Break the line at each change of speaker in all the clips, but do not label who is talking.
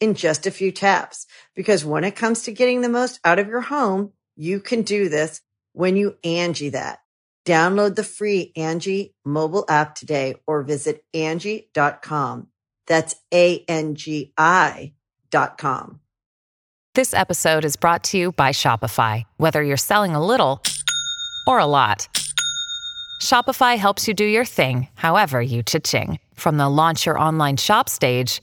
in just a few taps. Because when it comes to getting the most out of your home, you can do this when you Angie that. Download the free Angie mobile app today or visit Angie.com. That's A-N-G-I dot com.
This episode is brought to you by Shopify. Whether you're selling a little or a lot, Shopify helps you do your thing, however you cha-ching. From the launch your online shop stage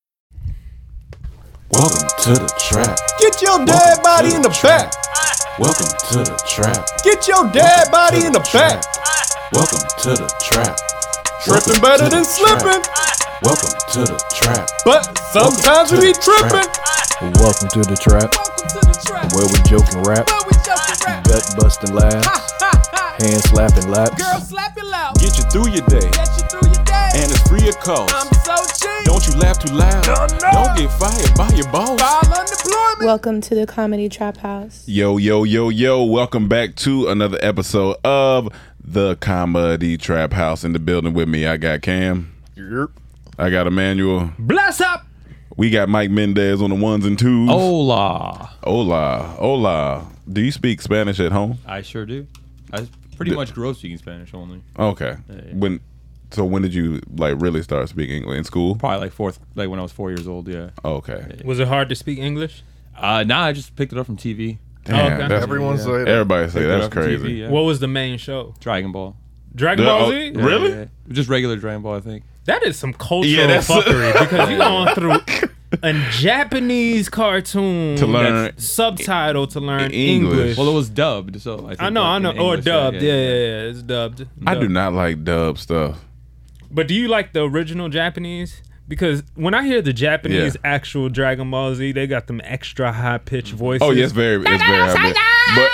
Welcome to the trap.
Get your dead
Welcome
body
to
in the
trap.
back.
Welcome to the trap.
Get your dead body in the back.
Welcome to the trap. Welcome
Tripping better
to
than
the trap.
slipping.
Welcome to the trap.
But sometimes we be tripping.
Welcome to the trap, where we joke and rap, gut busting laughs, hand slapping laps.
slap it loud.
Get you through your day,
Get you through your day.
and it's free of cost.
I'm so cheap.
Don't you laugh too loud.
no.
Don't get fired by your boss.
All unemployment.
Welcome to the Comedy Trap House.
Yo, yo, yo, yo. Welcome back to another episode of the Comedy Trap House in the building with me. I got Cam. I got Emmanuel.
Bless up.
We got Mike Mendez on the ones and twos.
Oh. Hola.
Hola. Hola. Do you speak Spanish at home?
I sure do. I pretty much grow speaking Spanish only.
Okay. When so when did you like really start speaking English? In school?
Probably like fourth, like when I was four years old. Yeah.
Okay.
Was it hard to speak English?
Uh, nah, I just picked it up from TV.
Damn,
okay.
that's-
Everyone say that.
Everybody say
Picked it
that's
up from TV,
crazy.
yeah.
What was the main show?
Dragon Ball.
Dragon
The-
Ball
oh,
Z?
yeah. Really?
Yeah, yeah. Just regular Dragon Ball, I think.
That is some cultural
Yeah, that's-
fuckery because you're going through a Japanese cartoon
To learn
that's subtitled to learn
English.
English.
Well, it was dubbed, so I. Think
I know,
like,
I
in
know.
Oh,
Or
English,
dubbed. Yeah, yeah, yeah. It's dubbed.
I do
Dubbed.
not like dub stuff.
But do you like the original Japanese? Because when I hear the Japanese
Yeah.
actual Dragon Ball Z, they got them extra high pitched voices.
Oh yes, very, it's very high pitch.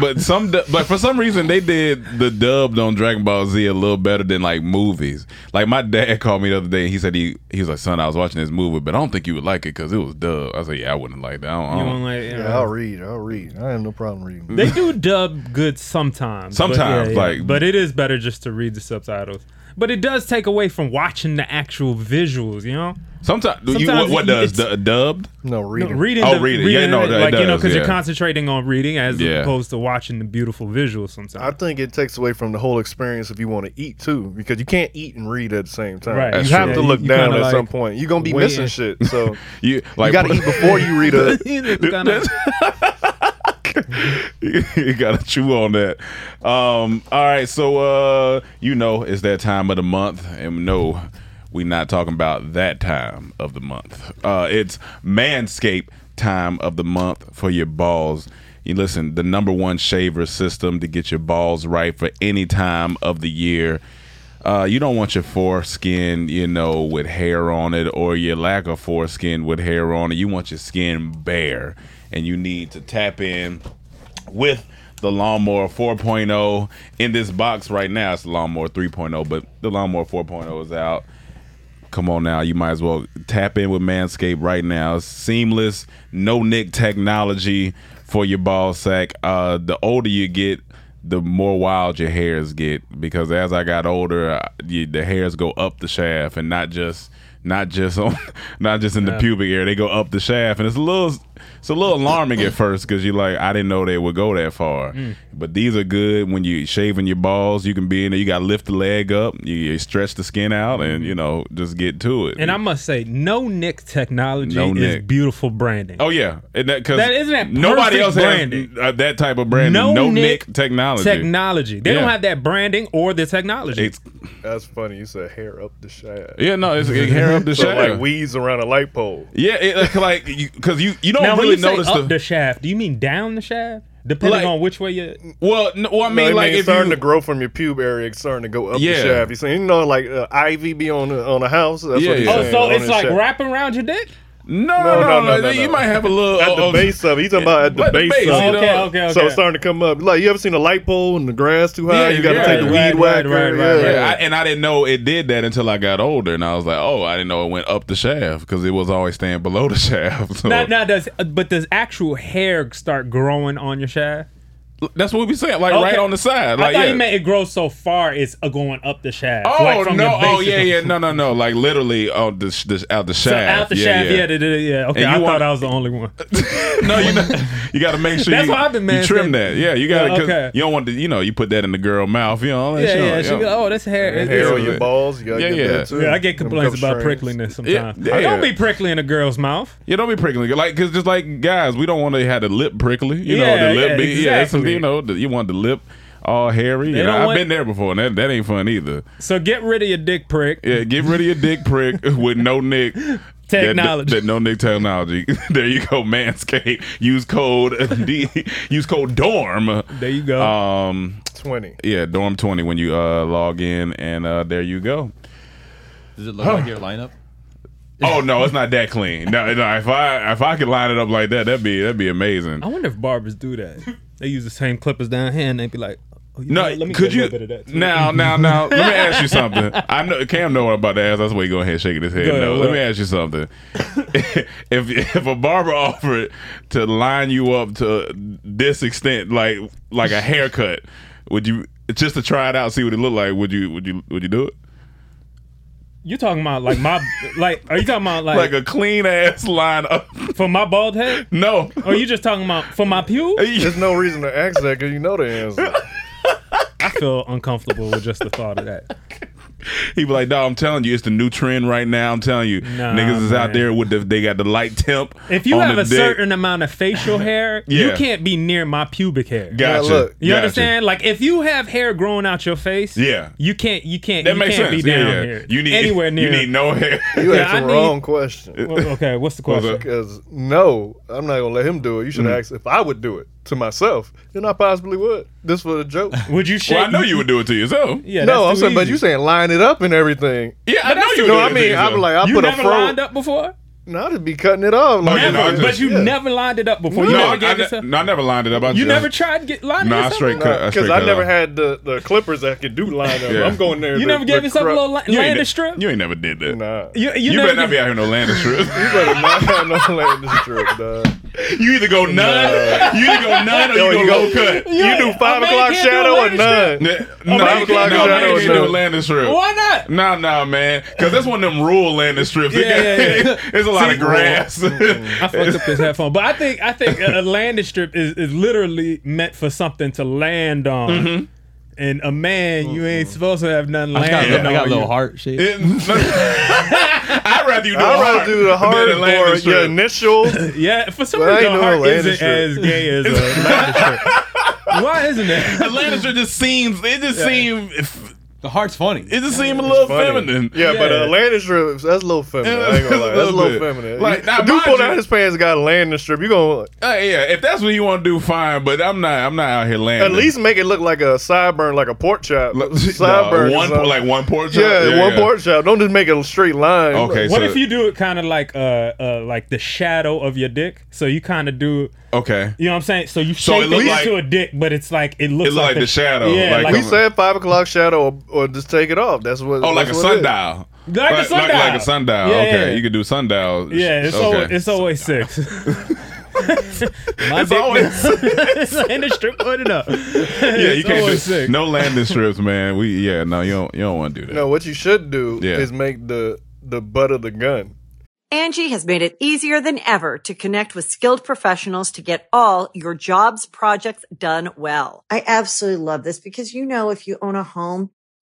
But but some du- but for some reason they did the dubbed on Dragon Ball Z a little better than like movies. Like my dad called me the other day and he said he he was like son I was watching this movie but I don't think you would like it because it was dubbed. I said yeah I wouldn't like that. I don't, I
You
don't-
know, like, you
Yeah,
know.
I'll read. I'll read. I have no problem reading.
They do dub good sometimes. but
Sometimes, like-
but it is better just to read the subtitles. But it does take away from watching the actual visuals, you know.
sometimes, do you, what,
Sometimes
what
it-
does
it's-
du- dubbed?
No
No,
reading.
reading,
Oh,
the,
reading. Yeah, no, that- it
like you know,
does,
because
yeah.
you're concentrating on reading as
Yeah.
opposed to watching the beautiful visuals.
I
Sometimes,
think it takes away from the whole experience if you want to eat too, because you can't eat and read at the same time.
Right.
That's
You have
true.
to
Yeah,
look
you
down
kinda
at
like
some point. You're gonna be
weigh
missing
in.
shit. So
You like
you gotta eat before you read a
Kinda-
you gotta chew on that. Um, all right, so uh, you know it's that time of the month, and no, we not talking about that time of the month. Uh, it's Manscaped time of the month for your balls. You listen, the number one shaver system to get your balls right for any time of the year. Uh, you don't want your foreskin, you know, with hair on it, or your lack of foreskin with hair on it. You want your skin bare. and you need to tap in with the lawnmower 4.0 in this box right now. It's the lawnmower 3.0, but the lawnmower 4.0 is out. Come on now, you might as well tap in with Manscaped right now. Seamless, no nick technology for your ball sack. Uh, the older you get, the more wild your hairs get because as I got older, I, you, the hairs go up the shaft and not just not just on not just in the
Yeah.
pubic area. They go up the shaft and it's a little it's a little alarming at first because you're like I didn't know they would go that far.
Mm.
But these are good when you shaving your balls. You can be in there. You got to lift the leg up. You, you stretch the skin out and you know just get to it.
And I must say, no Nick technology
No
is
Nick.
beautiful branding.
Oh yeah, and that, cause
That- isn't that
nobody
perfect
else
branding?
has uh, that type of branding. No,
No
nick,
Nick
technology.
Technology. They
Yeah.
don't have that branding or the technology.
It's-
That's funny. You said hair up the shaft.
Yeah, no, it's- it hair up the
so
shaft.
Like weeds around a light pole.
Yeah, it, like- like you, because you you don't
now,
really
when you say
notice
up the,
the.
shaft, do you mean down the shaft? Depending
Like-
on which way you.
Well, no, well, I mean,
it
like
means
if
starting
you-
to grow from your pube area, it's starting to go up
Yeah.
the shaft. You see, you know, like uh, ivy be on the, on a house. That's
Yeah,
what he's
yeah. Oh,
saying,
so
on
it's
his
like
shaft.
wrapping around your dick.
No,
No, no, no, no,
You
no.
might have a little
at the
oh,
base of it. He's talking about at the
At the
base,
base,
of
you
it.
know. Okay, okay,
So
okay.
it's starting to come up. Like you ever seen a light pole and the grass too high? you got to take the weed whacker. yeah.
I, and I didn't know it did that until I got older, and I was like, oh, I didn't know it went up the shaft because it was always staying below the shaft. So.
Now, now does uh, but does actual hair start growing on your shaft?
That's what we saying, like right on the side,
I
like,
thought
yeah.
you meant it grows so far it's uh, going up the shaft.
Oh
like from
no!
the base
Oh
of
yeah,
the-
yeah, no, no, no! Like literally, oh, this, this out the
So
shaft,
out the shaft, yeah, yeah, yeah. yeah. Okay,
And
I
you
thought
want-
I was the only one.
You got to make sure
That's
you,
what I've been
you
mad
trim
saying.
that. Yeah, you got to.
Yeah, okay.
You don't want to. You know, you put that in the girl mouth. You know, all that
Yeah,
shit,
yeah,
you
she
know.
go, oh, that's hair. It's-
hair on
it's-
your balls. You gotta
Yeah,
get
yeah.
that too.
Yeah, I get
Them
complaints
couple
about
strands.
prickliness
Yeah,
sometimes.
yeah.
Don't be prickly in a girl's mouth.
Yeah, don't be prickly. Like, cause just like guys, we don't want to have the lip prickly. You know,
Yeah,
the lip
yeah,
be yeah. It's
exactly.
you know, the, you want the lip all hairy.
They
You know,
don't
I've
want-
been there before, and that, that ain't fun either.
So get rid of your dick prick.
Yeah, get rid of your dick prick with no nick
Technology.
That, that no nick technology. there you go, Manscaped. Use code D. Use code Dorm.
There you go.
Um,
20.
Yeah, Dorm twenty when you uh log in, and uh there you go.
Does it look like your lineup?
Oh no, it's not that clean. No, no, if I if I could line it up like that, that'd be that'd be amazing.
I wonder if barbers do that. They use the same clippers down here, and they be like, oh, you
No,
know what, let me
could
get a
you
little bit of that. too."
now, now, now? Let me ask you something. I know Cam know what I'm about to ask. That's why he go ahead and shaking his head.
Go ahead,
no,
what
let
up?
me ask you something. if if a barber offered to line you up to this extent, like like a haircut, would you just to try it out, see what it looked like? Would you would you would you do it?
You talking about like my like? Are you talking about like
Like a clean ass line up
for my bald head?
No.
Or you just talking about for my pubes?
There's no reason to ask that because you know the answer.
I feel uncomfortable with just the thought of that.
He be like, "No, I'm telling you, it's the new trend right now. I'm telling you,
Nah,
niggas is out
man.
there with the they got the light temp.
If you
on
have
the
a
dick.
certain amount of facial hair, you
Yeah.
can't be near my pubic hair.
Gotcha. Yeah, look.
you
Gotcha.
understand? Like if you have hair growing out your face,
Yeah.
you can't. You can't.
That
you
makes
can't
sense.
Be
Yeah,
down
yeah.
here.
You need-
anywhere
you
near.
need no hair.
You
Yeah,
asked
I
the
need-
wrong question.
Well, okay, what's the
Well,
question?
Because no, I'm not gonna let him do it. You should
Mm.
Mhm.
ask if I would do it to myself. Then I possibly would. This for a joke.
Would you?
Well, I know you would do it to yourself.
no, I'm saying, but you saying line it up and everything.
Yeah, I know you.
No,
would
I
do it to
mean, I'm
yourself.
like, I put a fro.
up before?
No, I just be cutting it off. Like,
Never,
I
but you
never lined it up before.
no,
You never
I,
gave
ne-
yourself-
no, I never lined it up. I
You
just-
never
tried to get lined
Nah, I straight cut. I
Because
straight
I,
cut it
never
off.
had the, the clippers that could do line up.
Yeah.
I'm going there. to- to cru-
You ain't ne- You ain't never did that.
Nah.
You,
you,
never
better not be out here no lander strip.
You better not have no landing strip, dog.
you either go none, you either go none, or
Yo,
you,
you
go
go-
low cut.
You You do ain't- five a man o'clock can't do shadow a or landing none?
Yeah,
A
No,
man
five
can't
o'clock
do
shadow or
a landing strip.
none. Landing strip.
Why not?
Nah, nah, man. Because that's one of them rural landing strips.
Yeah, yeah, yeah.
There's a lot
See,
of grass.
I fucked up this headphone, but I think I think a a landing strip is, is literally meant for something to land on.
Mhm.
And a man, you ain't supposed to have nothing
I got
landing
a
on
little- I got a
you.
little heart shape.
It- I'd rather you do
I'd
a
rather
heart
do the
than
hard
a landing
or your
strip.
initial.
yeah, for some
But I
reason,
ain't
a
no
heart
landing
isn't
strip.
as gay as a landing strip. Why isn't it?
Landing strip just seems. It just
Yeah.
seems.
The heart's funny.
It just seemed a little
funny.
feminine.
Yeah, but uh, Landon Strip, that's a little feminine. I ain't gonna lie. That's a little
bit.
feminine.
Like, now,
If dude
mind
pulled
you-
out his pants, and got a Landon Strip. You gonna
Uh, yeah, if that's what you want to do, fine. But I'm not. I'm not out here landing.
at least make it look like a sideburn, like a pork chop. sideburn,
one
or
po- like one pork chop?
Yeah,
Yeah,
one
yeah.
pork chop. Don't just make it a straight line.
what if you do it kind of like uh, uh like the shadow of your dick? So you kind of do.
Okay.
You know what I'm saying? So you
So
shape
it
it,
look
into
like-
a dick, but it's like it looks
It look like the shadow,
Yeah,
like
like,
we said five o'clock shadow, or, or just take it off. That's what.
Oh, like a
that's what it is.
sundial.
Like a
Like,
sundial.
a sundial.
Yeah,
okay,
yeah.
you could do sundial.
yeah. It's
okay.
always, it's always six. My
It's
dick-
always-
and the strip put it up.
yeah, you
It's
can't do
always six.
no landing strips, man. We yeah, no, you don't you don't want to do that.
No, what you should do
Yeah.
is make the the butt of the gun.
Angie has made it easier than ever to connect with skilled professionals to get all your jobs projects done well. I absolutely love this because, you know, if you own a home,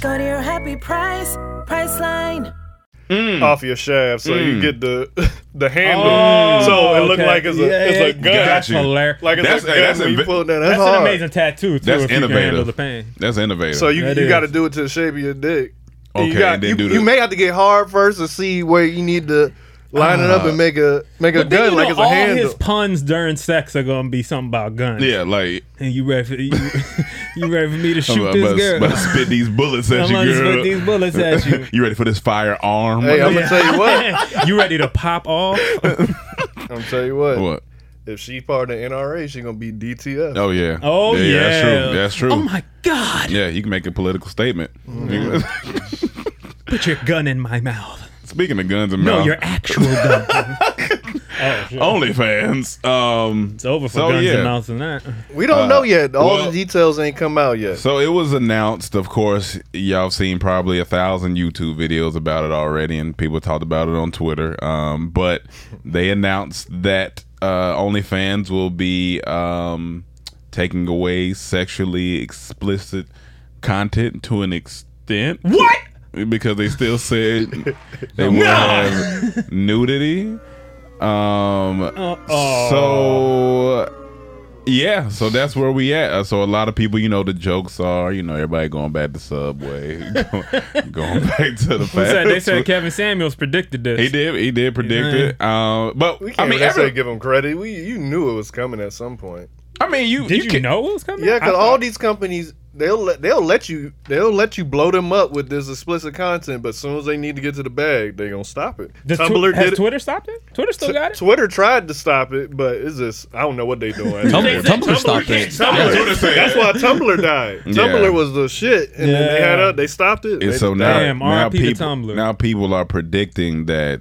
Go to your happy price, Priceline.
off your shaft, so you
Mm.
get the the handle,
Oh,
so it look
okay.
like it's a
Yeah,
it's
yeah,
a gun.
got That's you. hilarious.
Like it's
That's-
a
hey,
gun
that's
when you
inve-
pull it down. That's,
That's an
hard.
amazing tattoo, too,
That's
if you can
innovative.
handle the pain.
That's innovative.
So you,
That
you
is.
got to do it to the shape of your dick.
Okay,
you, got-
and then
you,
do the-
you may have to get hard first to see where you need to line it up
Uh,
and make a make a
But then,
gun
you
like
know,
it's a
all
handle.
his puns during sex are gonna be something about guns.
Yeah, like
and you ready for you, you ready for me to shoot
I'm
this
about,
girl?
about to spit these bullets at
I'm
you,
about to
girl.
spit these bullets at you.
you ready for this firearm?
Hey, I'm gonna tell you what.
what. you ready to pop off?
I'm gonna tell you what.
What?
If she part of the NRA, she gonna be DTF.
Oh yeah.
Oh,
That's
yeah.
true. That's true.
Oh, my
God.
Yeah, you can make a political statement.
Mm. Put your gun in my mouth.
Speaking of guns and
No,
mouth,
your actual gun.
OnlyFans. Um, it's
over for guns and mouths and that.
We don't
Uh,
know yet. All
well-
the details ain't come out yet.
So it was announced, of course. Y'all seen probably a thousand YouTube videos about it already, and people talked about it on Twitter. Um, but they announced that uh, OnlyFans will be um, taking away sexually explicit content to an extent.
What?
Because they still said they
No.
will have nudity. Um,
oh.
so Oh. yeah, so that's where we at. Uh, so a lot of people, you know, the jokes are, you know, everybody going back to Subway, going, going back to the
What's
fast
that? They said
food.
Kevin Samuels predicted this.
He did, he did predict it. Um, but
We can't
I mean,
necessarily
every-
give them credit. We you knew it was coming at some point.
I mean, you
Did you, know it was coming?
Yeah,
I
because
thought-
all these companies they'll let, they'll let you they'll let you blow them up with this explicit content, but as soon as they need to get to the bag, they gonna stop it.
Does Tw-
Tumblr
has
did it.
Twitter stopped it? Twitter still got it.
Twitter tried to stop it, but it's just I don't know what they doing.
Tumblr- They said Tumblr Tumblr stopped can't it. stop
Tumblr-
it. Twitter said
That's
it.
why Tumblr died.
Yeah.
Tumblr was the shit, and then they had
Yeah.
a, they stopped it.
And
They-
so
they-
now,
Damn,
now
RIP to
people,
Tumblr.
now people are predicting that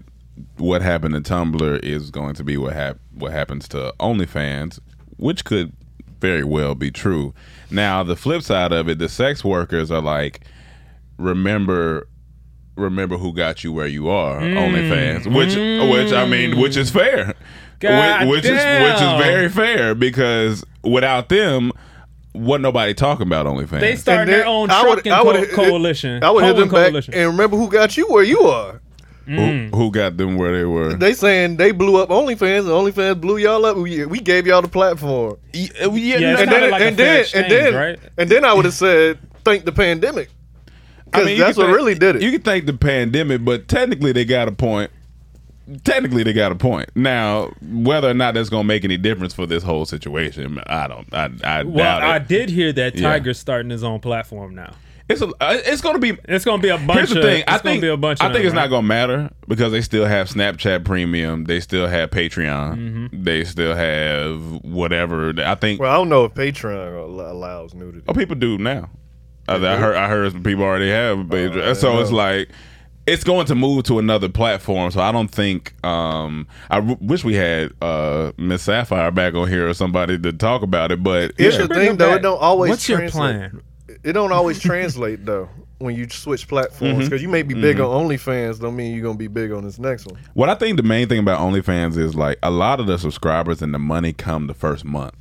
what happened to Tumblr is going to be what hap- what happens to OnlyFans, which could very well be true. Now, the flip side of it, the sex workers are like, remember. Remember who got you where you are,
Mm.
OnlyFans. Which, which I mean, which is fair,
God
which, which is which is
damn.
very fair because without them, what nobody talking about OnlyFans.
They started their own
I would-
trucking
I would
co-
hit-
coalition.
I would hit
Colon
them back
coalition.
and remember who got you where you are.
Mm.
who, who got them where they were?
They saying they blew up OnlyFans and OnlyFans blew y'all up. We, we gave y'all the platform.
uh, Yeah,
Yeah, it's
and
kinda
then,
like a
and
fair
then,
exchange,
and then,
right?
and then I would have said, thank the pandemic. Because
you
that's
can
what
thank-
really did it.
You can thank the pandemic, but technically they got a point. Technically they got a point. Now, whether or not that's going to make any difference for this whole situation, I don't. I, I
Well,
doubt it.
I did hear that
Yeah.
Tiger's starting his own platform now.
It's a, uh, it's gonna be
it's gonna be a bunch.
Here's the
of,
thing.
It's
I
gonna
think
be a bunch.
I
of
think
them,
it's
right?
not gonna matter because they still have Snapchat Premium. They still have Patreon.
Mm-hmm.
They still have whatever. I think.
Well, I don't know if Patreon al- allows nudity.
Oh, people do now. I, I heard. I heard some people already have a Patreon. so
know.
it's like it's going to move to another platform. So I don't think. Um, I w- wish we had uh, Miss Sapphire back on here or somebody to talk about it. But
Here's
yeah.
the thing, though. It don't always.
What's your
translate-
plan?
It don't always translate though when you switch platforms
Mhm.
because you may be big
Mhm.
on OnlyFans, don't mean you're gonna be big on this next one.
What I think the main thing about OnlyFans is like a lot of the subscribers and the money come the first month.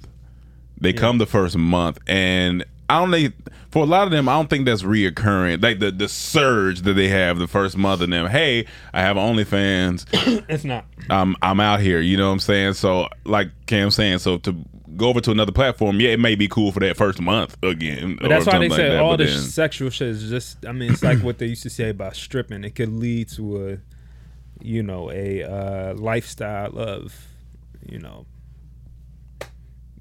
They come the first month, and I don't think for a lot of them, I don't think that's reoccurring. Like the the surge that they have the first month, and them, hey, I have OnlyFans.
It's not.
I'm I'm out here. You know what I'm saying? So like Cam saying, so to go over to another platform, yeah, it may be cool for that first month again.
But that's
or
why they
something like
say
Oh, that,
all
but
this
then-
sexual shit is just. I mean, it's like what they used to say about stripping. It could lead to a, you know, a uh, lifestyle of, you know,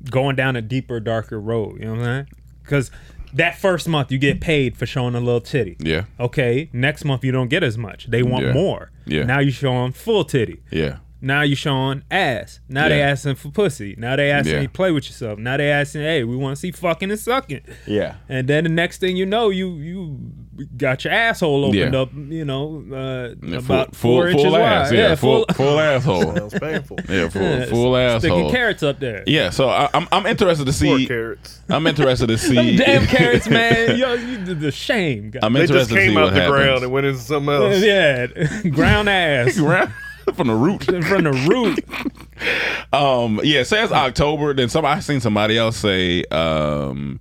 going down a deeper, darker road. You know what I'm saying? Because that first month you get paid for showing a little titty.
Yeah.
Okay. Next month you don't get as much. They want
Yeah.
more.
Yeah.
Now you show them full titty.
yeah.
Now you showing ass. Now they
Yeah.
asking for pussy. Now they asking
Yeah.
you play with yourself. Now they asking, hey, we want to see fucking and sucking.
Yeah.
And then the next thing you know, you you got your asshole opened
Yeah.
up. You know, uh,
Yeah,
about four inches
ass,
wide.
Yeah, full, full asshole.
Sounds painful.
Yeah, full,
Yeah,
full
sticking
asshole.
carrots up there.
Yeah, so I, I'm I'm interested to see.
Poor carrots.
I'm interested to see.
Them damn carrots, man. Yo, you did the shame. guy.
I'm
They just
interested to
came
see
out
what
the
happens.
ground and went into something else.
Yeah, ground ass.
ground from the root.
from the root.
um, yeah, it
Hmm.
says October. Then some I seen somebody else say um,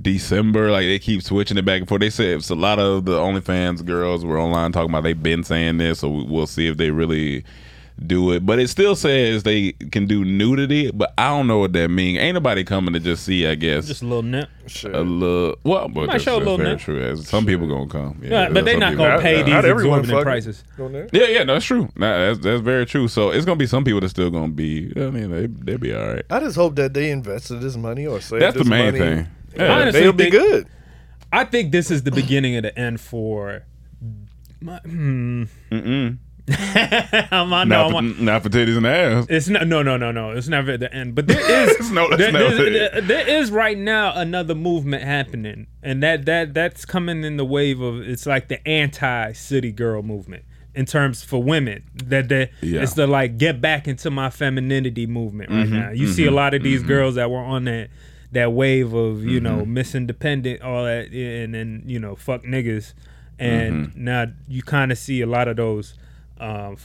December. Like they keep switching it back and forth. They said it's a lot of the OnlyFans girls were online talking about they've been saying this, so we- we'll see if they really do it. But it still says they can do nudity, but I don't know what that means. Ain't nobody coming to just see. I guess
Just a little nip.
a little. Well,
Might
but that's,
show a
that's
little
very
nip.
true. As Some people gonna come.
Yeah,
there's
but they
some
not
people
gonna
that-
pay
that-
these Not everyone exorbitant fucking prices.
Yeah, yeah, no, it's true. Nah, that's that's very true. So it's gonna be some people that's still gonna be. I mean, they they be all right.
I just hope that they invested this money or saved
That's the
this
main
money.
thing.
Yeah,
Yeah.
Honestly,
they'll be
think-
good.
I think this is the beginning of the end for. My, hmm.
Mm-mm.
I'm, I know.
Not
I'm,
for, not for titties and ass.
It's not. No, no, no, no. It's never the end. But there is.
no, that's
there-
never
there's-
it.
there- there is right now another movement happening, and that that that's coming in the wave of it's like the anti city girl movement in terms for women. That that
Yeah.
it's the like get back into my femininity movement right
Mhm,
now. You see a
mhm,
lot of these
mhm.
girls that were on that that wave of you know
Mm-hmm.
miss independent all that and then you know fuck niggas and
Mm-hmm.
now you kind of see a lot of those um,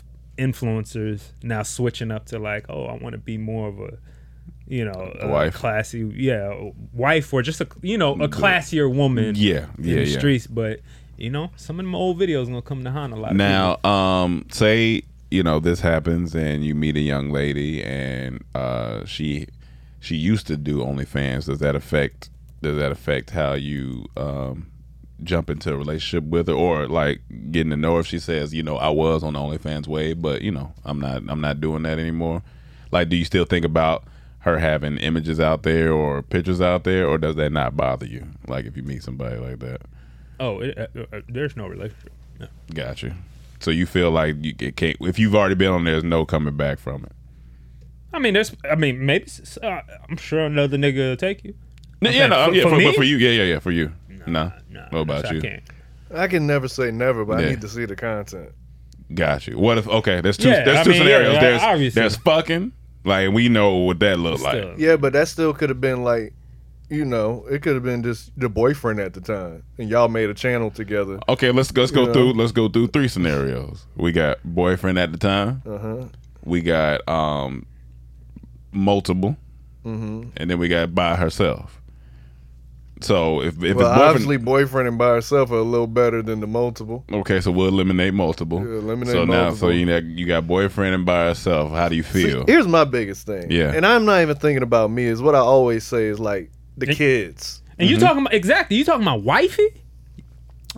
influencers now switching up to like, oh, I want to be more of a, you know, a
Wife.
classy, yeah, a wife or just a, you know, a classier woman,
Yeah, yeah,
in the
yeah.
streets. But you know, some of them old videos gonna come to haunt a lot. of
Now, um, say you know this happens, and you meet a young lady, and uh, she she used to do OnlyFans. Does that affect? Does that affect how you um, jump into a relationship with her, or like getting to know her? If she says, you know, I was on the OnlyFans way, but you know, I'm not. I'm not doing that anymore. Like, do you still think about? Her having images out there or pictures out there, or does that not bother you? Like if you meet somebody like that.
people. oh, it, uh, uh, there's no relationship. No.
Gotcha. So you feel like you it can't if you've already been on there, there's no coming back from it.
I mean, there's, I mean, maybe s- uh, I'm sure another nigga will take you.
No,
I'm
yeah,
saying
no, um,
for,
yeah,
for
for,
me,
but for you, yeah, yeah, yeah, for you. No, no. What about
I
you?
can't.
I can never say never, but
Yeah.
I need to see the content.
Gotcha. What if? Okay, there's two.
Yeah,
there's
I
two
mean, yeah,
scenarios.
yeah,
there's
obviously.
there's fucking like we know what that looked like.
Yeah, but that still could have been like, you know, it could have been just the boyfriend at the time, and y'all made a channel together.
Okay, let's let's go
Yeah.
through let's go through three scenarios. We got boyfriend at the time.
Uh-huh.
We got um multiple,
Mhm.
and then we got by herself. So if if
well,
it's boyfriend,
obviously, boyfriend and by herself are a little better than the multiple.
okay, so we'll eliminate multiple.
Yeah, eliminate
so now, so
multiple.
you got you got boyfriend and by herself. How do you feel?
Here's my biggest thing.
Yeah.
And I'm not even thinking about me, is what I always say is like the kids.
And
Mm-hmm.
you talking about exactly? You talking about wifey?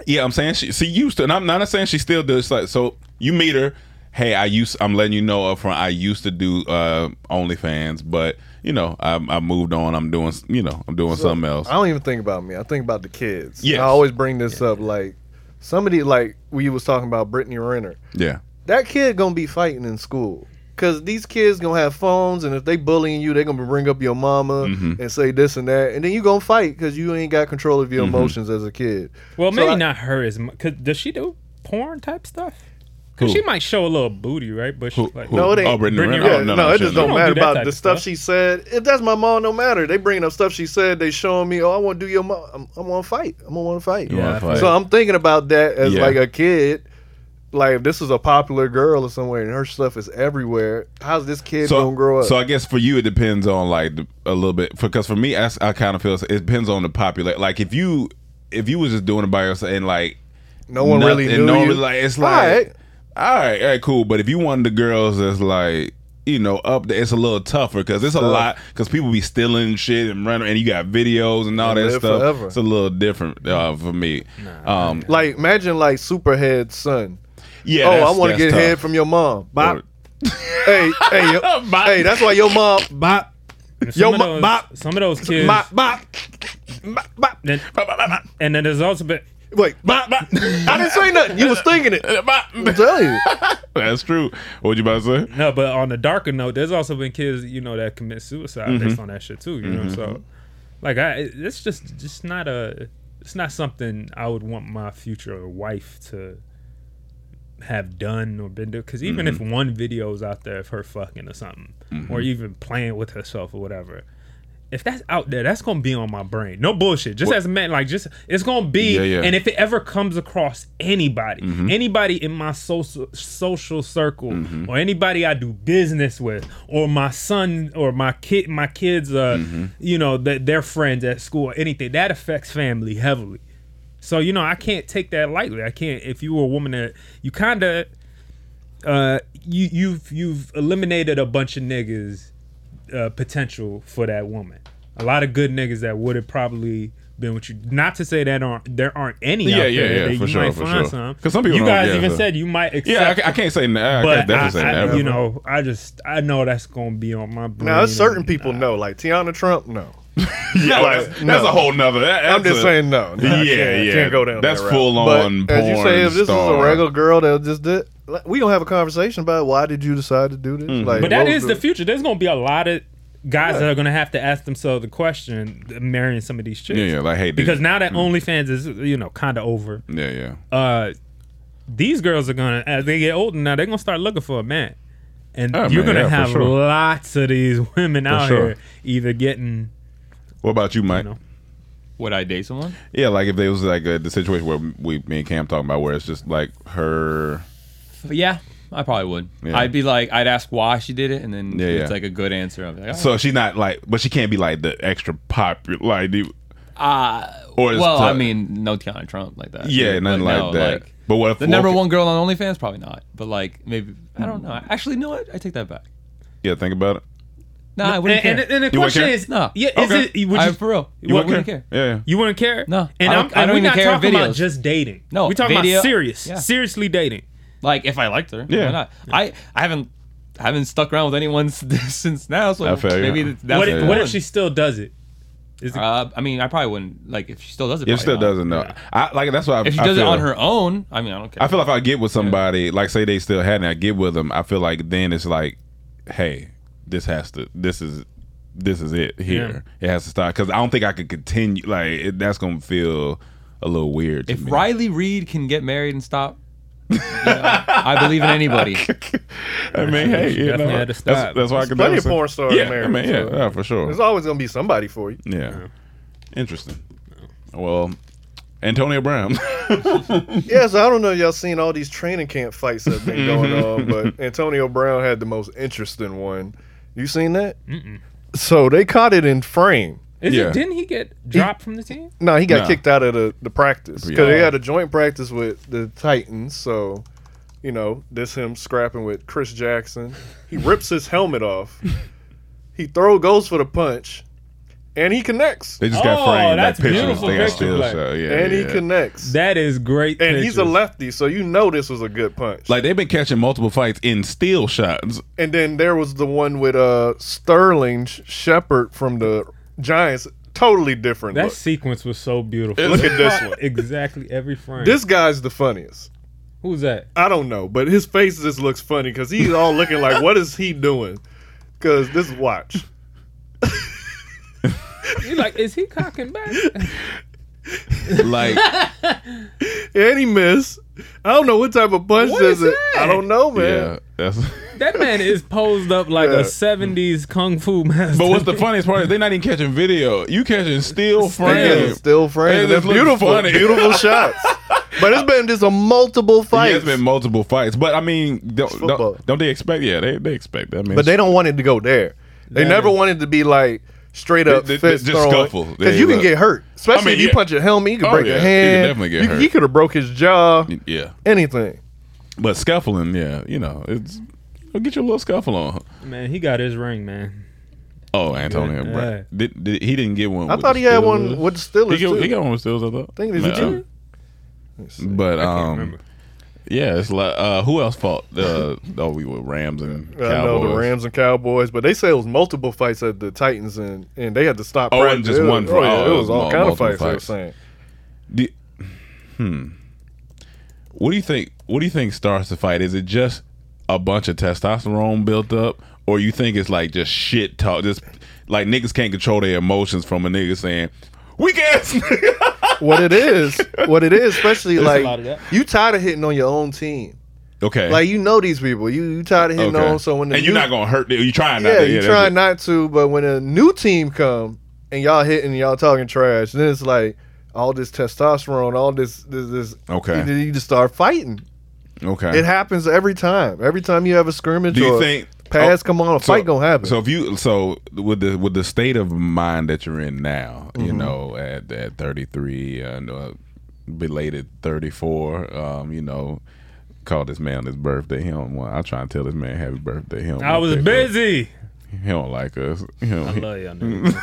Yeah, I'm saying she. She used to, and I'm not saying she still does. Like, so you meet her. Hey, I used. I'm letting you know upfront. I used to do uh OnlyFans, but you know, I, I moved on. I'm doing. You know, I'm doing
So,
something else.
I don't even think about me. I think about the kids.
Yes.
Yeah. I always bring this up. Like somebody, like we was talking about Brittany Renner.
Yeah.
That kid gonna be fighting in school. Cause these kids gonna have phones, and if they bullying you, they gonna bring up your mama
Mm-hmm.
Mhm.
and say this and that, and then you gonna fight because you ain't got control of your
Mm-hmm.
Mhm.
emotions as a kid.
Well,
So
maybe
I-
not her as much. Cause does she do porn type stuff?
Who?
Cause she might show a little booty, right? But she's like,
No, it ain't.
Oh,
Yeah, no, it just don't matter
that
about
type
the
of
stuff, she said. If that's my mom, no matter. They bringing up stuff she said. They showing me, oh, I want to do your mom. I'm, I'm gonna fight. I'm gonna want to fight.
You wanna Yeah. fight.
So I'm thinking about that as
Yeah.
like a kid. Like if this is a popular girl or somewhere, and her stuff is everywhere. How's this kid
so,
gonna grow up?
So I guess for you it depends on like the- a little bit because for me I, I kind of feel it depends on the popular. Like if you if you was just doing it by yourself and like
No one really
nothing-
knew
no one
you.
really, like it's
All
like all
right.
right. all right, cool. But if you one of the girls that's like you know up there, it's a little tougher because it's a
Tough.
lot because people be stealing shit and running and you got videos and all
And
that
live
stuff.
forever.
It's a little different uh, for me. um,
like imagine like Superhead's son.
Yeah,
Oh, I
that's-
want to
that's
get
tough.
head from your mom.
Bop.
hey, hey, yo- hey. That's why your mom.
Bop. And
Yo,
some, of
ma-
those,
bop.
some of those kids.
Bop, bop. Bop.
Then, and then there's also been.
Wait. Bop, bop. I didn't say nothing. You was thinking it. I'm telling you.
That's true. What you about to say?
No, but on the darker note, there's also been kids you know that commit suicide based
Mhm.
on that shit too. You know,
Mhm.
so like I, it's just just not a, it's not something I would want my future wife to have done or been doing. Because even
Mhm.
if one video is out there of her fucking or something, or
Mhm.
even playing with herself or whatever. If that's out there, that's gonna be on my brain. No bullshit. Just
What-
as a man, like just it's gonna be.
Yeah, yeah.
And if it ever comes across anybody,
Mhm.
anybody in my social social circle,
Mm-hmm.
or anybody I do business with, or my son or my kid, my kids, uh,
Mm-hmm.
you know, th- their friends at school, or anything that affects family heavily. So you know, I can't take that lightly. I can't. If you were a woman that you kind of, uh, you you've you've eliminated a bunch of niggas uh, potential for that woman. A lot of good niggas that would have probably been with you. Not to say that aren't there aren't any.
Yeah,
out there
yeah, yeah,
that
for
you
sure,
might
for
find
sure.
some.
'Cause some people
you
don't-
guys
yeah,
even
so-
said you might.
Yeah, I
Accept,
ca- I can't say n- I
but
can't definitely
I-
say
I-
never.
You know, I just I know that's gonna be on my brain.
Now, certain people know, like Tiana Trump. No,
Yeah,
Like,
that's, that's a whole nother. that-
I'm
that's
just
a-
saying no. no I
yeah,
can't,
yeah.
can't go down.
That's
that route.
full
But
on.
As you say, if this is a
star.
regular girl that just did, like, we gonna have a conversation about why did you decide to do this?
Mm-hmm.
Like,
but that
what
is
was
the future. There's gonna be a lot of guys that are gonna have to ask themselves the question, marrying some of these chicks.
Yeah, yeah, like, hey, did-
because now that
Mm.
OnlyFans is you know kind of over.
Yeah, yeah.
Uh, these girls are gonna as they get older now, they're gonna start looking for a man, and
Oh,
you're
man,
gonna
yeah, for
have
sure.
lots of these women
For
out
sure.
here either getting.
What about you, Mike?
Would I date someone?
Yeah, like if there was like a, the situation where we, me and Cam talking about, where it's just like her.
Yeah, I probably would.
Yeah.
I'd be like, I'd ask why she did it, and then
Yeah,
it's
yeah.
like a good answer. I'd be like,
So
oh.
she's not like, but she can't be like the extra popular. Like, you-
uh,
Or it's
well,
tough.
I mean, no Tiana Trump like that.
Yeah, nothing like that. But what if
the number
Wolf-
one girl on OnlyFans? Probably not. But like maybe I don't know. Actually, you know what? I take that back.
yeah, think about it.
No, I wouldn't
and,
care.
and- and the
You wouldn't
question
care?
is,
No.
yeah, is
Okay.
it? Would you,
I- for real. You
What-
wouldn't care.
Yeah, yeah.
You wouldn't care? No. And
I
I'm,
don't- I
and
don't
we're
even
not
care
talking about
videos.
just dating.
No,
we're talking
video-
about serious,
yeah.
seriously dating.
Like if I liked her,
Yeah.
why not? I I haven't I haven't stuck around with anyone s- since now, so
I feel you.
maybe that's
What if,
the
what if
one.
she still does it? Is it
Uh, I mean, I probably wouldn't like if she still does it.
Yeah,
probably
still
not.
doesn't know. I like that's why I,
Oh, If she
I
does it
feel-
on her own, I mean, I don't care.
I feel like if I get with somebody, like say they still had it, I get with them. I feel like then it's like, hey, this has to, this is, this is it here. It has to stop because I don't think I could continue. Like it, that's gonna feel a little weird. To
if
me.
Riley Reed can get married and stop, you know, I believe in anybody.
I mean, hey, you know, that's, that's why I
There's
could
plenty of
never say-
porn stars
Yeah,
married.
I mean, yeah,
so
yeah, for sure.
There's always gonna be somebody for you.
Yeah. Interesting. Well, Antonio Brown.
yeah, so I don't know. if Y'all seen all these training camp fights that have been going
Mhm.
on, but Antonio Brown had the most interesting one. You seen that? Mm-mm. So they caught it in frame.
Is
Yeah.
he, didn't he get dropped from the team?
No, he got
No.
kicked out of the, the practice
Yeah.
because they had a joint practice with the Titans. So, you know, this him scrapping with Chris Jackson. He rips his helmet off. He throw goes for the punch, and he connects.
They just got framed. like pictures. They got still so yeah.
and he
yeah.
connects.
That is great.
And he's a
pictures.
lefty, so you know this was a good punch.
Like they've been catching multiple fights in steel shots.
And then there was the one with uh Sterling Sh- Shepard from the Giants. Totally different.
That
look.
sequence was so beautiful.
Look at this one.
exactly every frame.
This guy's the funniest.
Who's that?
I don't know, but his face just looks funny because he's all looking like, "What is he doing?" Because this watch,
You're like, is he cocking back?
like,
and he missed. I don't know what type of punch
What
this
is
is. I don't know, man.
Yeah, that's.
that man is posed up like
Yeah.
a '70s kung fu master.
But what's the funniest part is they're not even catching video. You catching still
They getting
frame.
still frames.
And
and
it
They're
looks
beautiful,
funny.
beautiful shots. But it's been just a multiple
Yeah,
fight.
it's been multiple fights. But I mean, don't, don't, don't they expect? Yeah, they, they expect that. I mean,
but they don't want it to go there. They
Yeah.
never wanted to be like straight up
They- they-
fist
just scuffle. They-
because you can
look.
get hurt, especially
I mean,
if you
yeah.
punch a helmet. You can
Oh,
break
yeah.
your
You can
hand.
definitely get
You-
hurt.
He could have broke his jaw.
yeah.
Anything.
But scuffling, yeah, you know, it's oh, get your little scuffle on.
man? He got his ring, man.
Oh, Antonio
Yeah.
Brown. Did, did, he didn't get one.
I
with
thought
the
he had
Steelers.
one with the Steelers,
He got,
too.
he got one with the Steelers. I thought.
I think it is
Nah.
two.
But
can't
um, yeah, it's like uh, who else fought? Uh, oh, we were Rams and
I know the
Cowboys.
Rams and Cowboys, but they say it was multiple fights at the Titans, and, and they had to stop.
Oh, it wasn't
practice.
just
It was-
one
Oh,
fight.
yeah,
Oh,
it was all kind of
multiple
fights. They were
fights.
saying.
Do- hmm. What do you think? What do you think starts the fight? Is it just a bunch of testosterone built up, or you think it's like just shit talk? Just like niggas can't control their emotions from a nigga saying, "We guess."
what it is, what it is, especially
There's a
like
lot of that.
you tired of hitting on your own team.
"Okay,
Like you know these people, you you tired of hitting
okay,"
on. So when the
and you're
new-
not gonna hurt. them. You trying not
yeah,
to.
you
that's
trying
it.
not to, but when a new team come and y'all hitting, y'all talking trash, then it's like all this testosterone, all this this, this
Okay.
You, you just start fighting.
Okay.
It happens every time. Every time you have a skirmish,
do you
or
think oh,
pass come on, a
so-
fight gonna happen?
So if you so with the with the state of mind that you're in now, you
Mhm.
know, at at 33, uh, no, belated 34, um, you know, call this man on his birthday. He don't want. I try and tell this man happy birthday. He don't.
I
want
was
that.
busy.
He don't like us. He don't-
I love y'all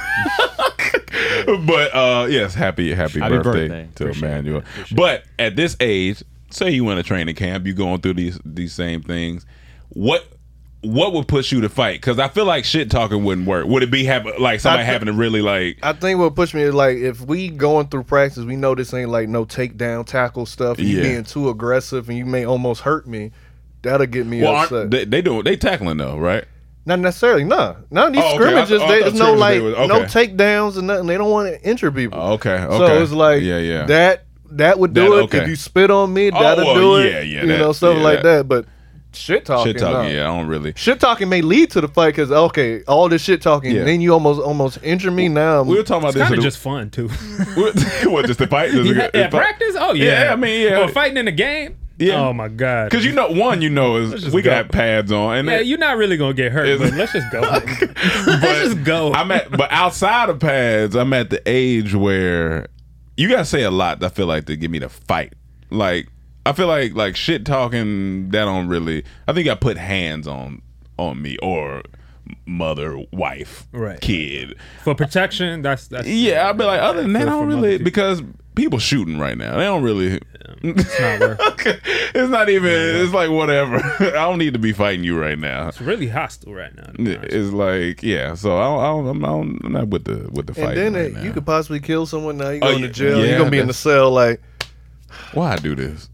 but uh, yes, happy happy,
Happy
birthday,
birthday.
to
Appreciate it,
Emmanuel. But at this age, say you went to training camp, you going through these these same things. What what would push you to fight? Because I feel like shit talking wouldn't work. Would it be have, like somebody
I thi-
having to really like?
I think what pushed me is like if we going through practice, we know this ain't like no takedown tackle stuff. and You
Yeah.
being too aggressive and you may almost hurt me. That'll get me
Well,
upset.
aren't, they, they do they tackling though, right?
Not necessarily. Nah, none of these
Oh, okay. I-
scrimmages.
I
they,
thought
there's no
scrimmage they
like
was- okay. Oh,
no takedowns and nothing. They don't want to injure people.
Okay, okay.
So it's like
yeah, yeah.
that. That would do
That-
it.
okay.
If you spit on me,
Oh,
that'll
well,
do it.
yeah, yeah,
You
that-
know, stuff
yeah,
like
that.
that. But shit talking.
shit talking.
nah.
Yeah, I don't really.
Shit talking may lead to the fight because okay, all this shit talking,
Yeah.
then you almost almost injure me. Now
We were talking about
It's
this.
kinda
in the-
just
fun too.
what just the fight? Just-
Yeah,
the
yeah,
fight?
practice. Oh yeah.
I mean, yeah.
Or fighting in the game.
Yeah.
Oh my god.
Because you know, one, you know, is
just
we
go.
got pads on, and
yeah,
it-
you're not really gonna get hurt. But let's just go.
let's just go. I'm at, but outside of pads, I'm at the age where you gotta say a lot. I feel like to get me to fight. Like I feel like like shit talking. That don't really. I think I put hands on on me or mother, wife,
Right.
kid.
For protection, that's that's
Yeah, I'd be like, other than that, I
For-
don't
from other
really because people shooting right now. They don't really. It's not even. It's like whatever. I don't need to be fighting you right now.
It's really hostile right now.
It's like yeah. So I don't, I don't, I'm, I don't, I'm not with the with the
And
fight.
then it- you could possibly kill someone. Now you
Oh,
going
yeah,
to jail.
yeah,
You're gonna be in the
that's-
cell. Like
Why I do this?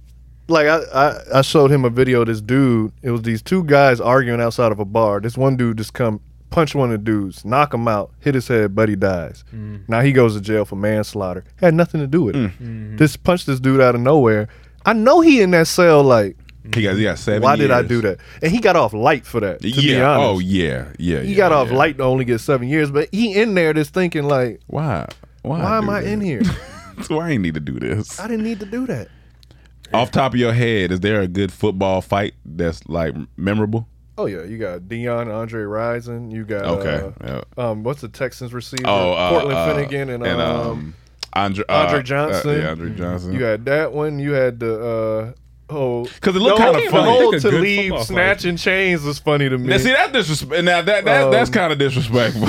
like I, I I showed him a video of this dude. It was these two guys arguing outside of a bar. This one dude just come punch one of the dudes, knock him out, hit his head, but he dies. Now he goes to jail for manslaughter. Had nothing to do with
Mm.
it. This punched this dude out of nowhere. I know he in that cell like
He got he got seven.
why did I
years.
do that? And he got off light for that. To be
yeah.
honest.
oh yeah. Yeah.
He
yeah,
got off
yeah.
light to only get seven years, but he in there just thinking like,
Why? Why?
why am
do
I
that?
in here?
so I ain't need to do this.
I didn't need to do that.
Off top of your head, is there a good football fight that's like memorable?
Oh yeah, you got Dion Andre Rising. You got
Okay,
uh, um, what's the Texans receiver?
Oh, uh,
Portland
uh,
Finnegan and,
and,
um,
um, Andre- uh,
Andre
uh,
Johnson. Mm-hmm.
yeah, Andre Johnson.
You had that one. You had the uh, oh,
Because it looked
the
kinda funny.
whole- The
I
whole
think a
to
good
leave
football
snatch and chains was funny to me.
Now, see that disrespect. Now that, that that's kind of disrespectful.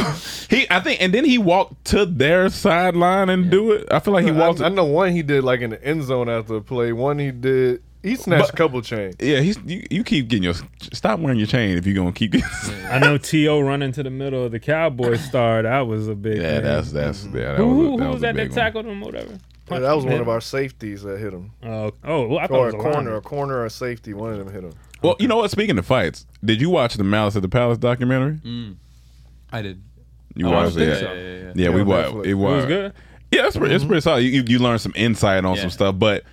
he, I think, and then he walked to their sideline and do it. I feel like he walked.
I, know one he did like in the end zone after the play. One he did. He snatched a couple chains.
Yeah, he's you, you keep getting your stop wearing your chain if you're gonna keep getting.
I know To running to the middle of the Cowboy star. That was a big.
Yeah,
thing.
that's that's yeah. That
who
was a,
who
that
was,
was a
that
big
that
one.
tackled him or whatever?
Yeah, that was one of our safeties that hit him.
Oh, oh, well, I thought
or
it was
a
a
corner,
lineman.
a corner, or a safety. One of them hit him.
Well, you know what? Speaking of fights, did you watch the Malice at the Palace documentary?
I did.
You
Oh, I
watched
think
it?
so.
Yeah,
Yeah, yeah, yeah.
we
Yeah,
watched.
Netflix.
It
It was
was,
good?
Yeah, it's pretty, it's
Mm-hmm.
pretty solid. You, you you learned some insight on
Yeah.
some stuff, but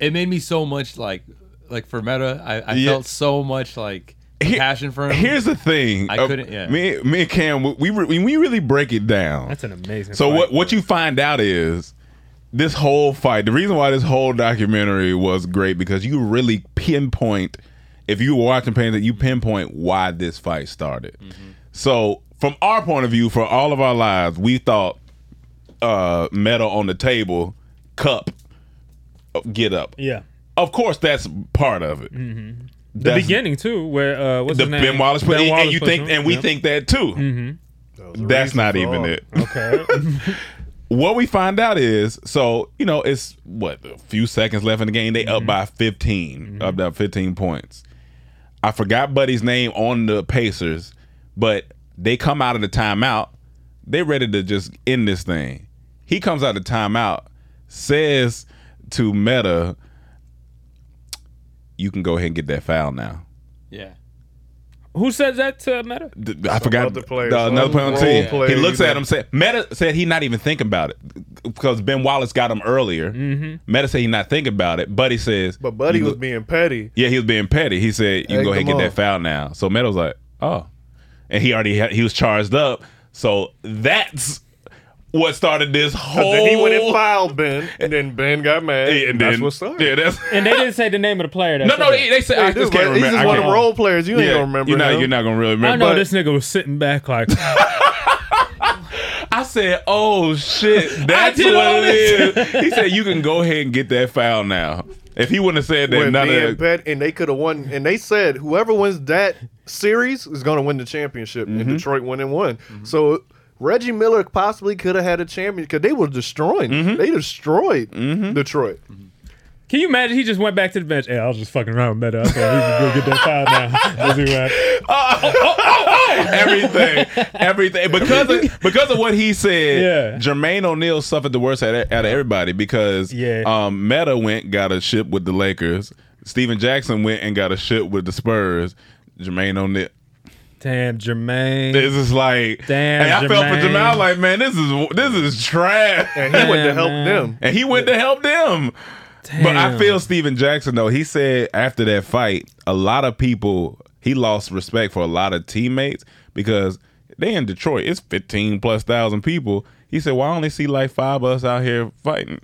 It made me so much like, like for Meta, I, I
Yeah.
felt so much like passion for him.
here's the thing.
I
Uh,
couldn't- yeah.
Me, me and Cam, we- we re- when we really break it down.
That's an amazing.
So what what you find out is this whole fight. The reason why this whole documentary was great because you really pinpoint. If you were watching Pain, you pinpoint why this fight started.
Mm-hmm.
So from our point of view, for all of our lives, we thought uh metal on the table, cup, uh, get up.
Yeah.
Of course, that's part of it.
Mhm. The
That's-
beginning too, where uh, what's
the
his name?
Ben Wallace, put-
Ben
and
Wallace
you
put
think,
him-
and we
yep.
think that too.
Mhm.
That's not even it. what we find out is, so you know, it's what a few seconds left in the game. They up by 15 up by fifteen points. I forgot Buddy's name on the Pacers, but they come out of the timeout. They ready to just end this thing. He comes out of the timeout, says to Meta, "You can go ahead and get that foul now."
Yeah.
Who says that to Meta?
Th- I forgot
other player.
the- another player on the
Some
team.
role
He
player,
looks
you
at
know.
him. Said Meta said he not even thinking about it because Ben Wallace got him earlier.
Mhm.
Meta said he not thinking about it. Buddy says,
But Buddy
you
was
look-
being petty.
yeah, he was being petty. He said, "You can
Egg
go ahead and get
them
that foul
on.
now." So Meta was like, "Oh," and he already had, he was charged up. So that's what started this
Cause
whole.
then he went and fouled Ben, and then Ben got mad. and that's
Oh. then-
what started.
Yeah, that's
And they didn't say the name of the player. That
No, no,
said
they-
that.
they said- They I do, just can't but he's remember. just I one of can't- the role players. You ain't gonna remember
You're not,
him.
you're not gonna really
I
remember.
know this nigga was sitting back like
I said, "Oh shit, that's
did all
what it is." He said, "You can go ahead and get that foul now." If he wouldn't have said that,
When
none
Ben
of that.
bet, and they could have won. And they said whoever wins that series is going to win the championship. And
Mm-hmm.
Detroit went and won. So Reggie Miller possibly could have had a champion because they were destroying.
Mm-hmm.
They destroyed Detroit.
Can you imagine? He just went back to the bench. Hey, I was just fucking around with Meta. I thought he was gonna get that foul now. Let's do that.
everything, everything because of, because of what he said. Jermaine O'Neal suffered the worst out of, out of everybody because
Yeah.
um, Meta went got a ship with the Lakers. Steven Jackson went and got a ship with the Spurs. Jermaine O'Neal.
Damn, Jermaine.
This is like
damn.
And I felt for
Jermaine.
Jamal like, man, this is this is trash. And
he went to help Man. them.
And he went to help them. But I feel Steven Jackson though, he said after that fight, a lot of people he lost respect for a lot of teammates because they in Detroit, it's fifteen plus thousand people. He said, Well, I only see like five of us out here fighting.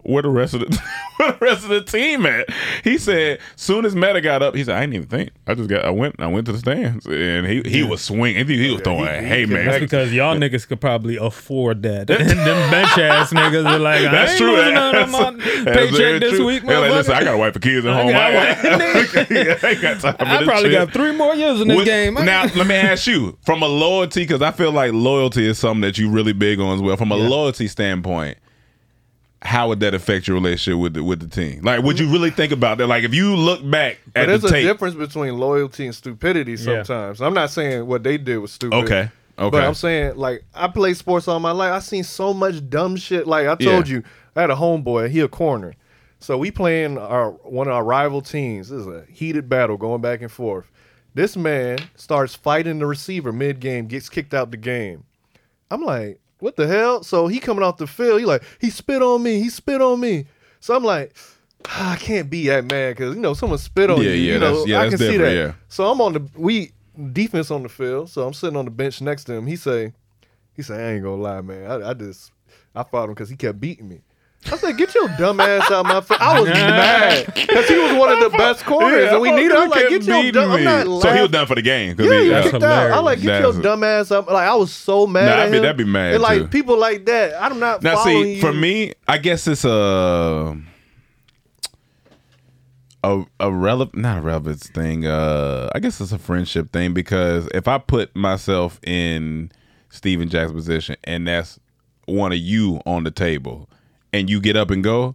Where the rest of the where the rest of the team at? He said, soon as Meta got up, he said, I didn't even think. I just got I went I went to the stands and he he was swinging. He, he was throwing a haymaker.
That's because y'all niggas could probably afford that. and them bench ass niggas are like, I
That's
ain't
true.
losing none of
That's-
my
that's very
paycheck this
true.
week,
They're like,
motherfucker.
listen, I got a wife and kids at
I
home.
got a
I,
wife and
I ain't got time for
I
this
probably
shit.
got three more years in this
With-
game.
Now, let me ask you from a loyalty, because I feel like loyalty is something that you really big on as well. From a loyalty standpoint, how would that affect your relationship with the, with the team? Like, would you really think about that? Like, if you look back
But
at
there's
the
a
tape,
difference between loyalty and stupidity
Yeah.
sometimes. I'm not saying what they did was stupid.
Okay, okay.
But I'm saying like I played sports all my life. I seen so much dumb shit. Like I told
Yeah.
you, I had a homeboy, he a corner. So we playing our one of our rival teams. This is a heated battle going back and forth. This man starts fighting the receiver mid game, gets kicked out the game. I'm like, what the hell? So he coming off the field, he like, he spit on me, he spit on me. So I'm like, "Ah, I can't be that mad because you know someone spit on
Yeah,
you. you
yeah,
know,
that's- yeah,
I
that's
can see that.
different, yeah.
So I'm on the we defense on the field. So I'm sitting on the bench next to him. He say, he say, I ain't gonna lie, man. I, I just I fought him because he kept beating me. I said, get your dumb ass out my face. I was mad because he was one of the best corners,
Yeah,
and we
I
need
thought
him.
you
Like,
kept
get your
beating
dumb. I'm
me.
not
So he was
laughing.
done for the game. 'cause
Yeah,
he-
he
that's
kicked out. I like get your
That's-
dumb ass up. Like I was so mad.
Nah,
at
I'd be-
him.
that'd be mad,
And like
too.
people like that, I'm not
Now,
following
see,
you.
for me, I guess it's a a a relevant, not a relevant thing. Uh, I guess it's a friendship thing because if I put myself in Steven Jack's position and that's one of you on the table, and you get up and go.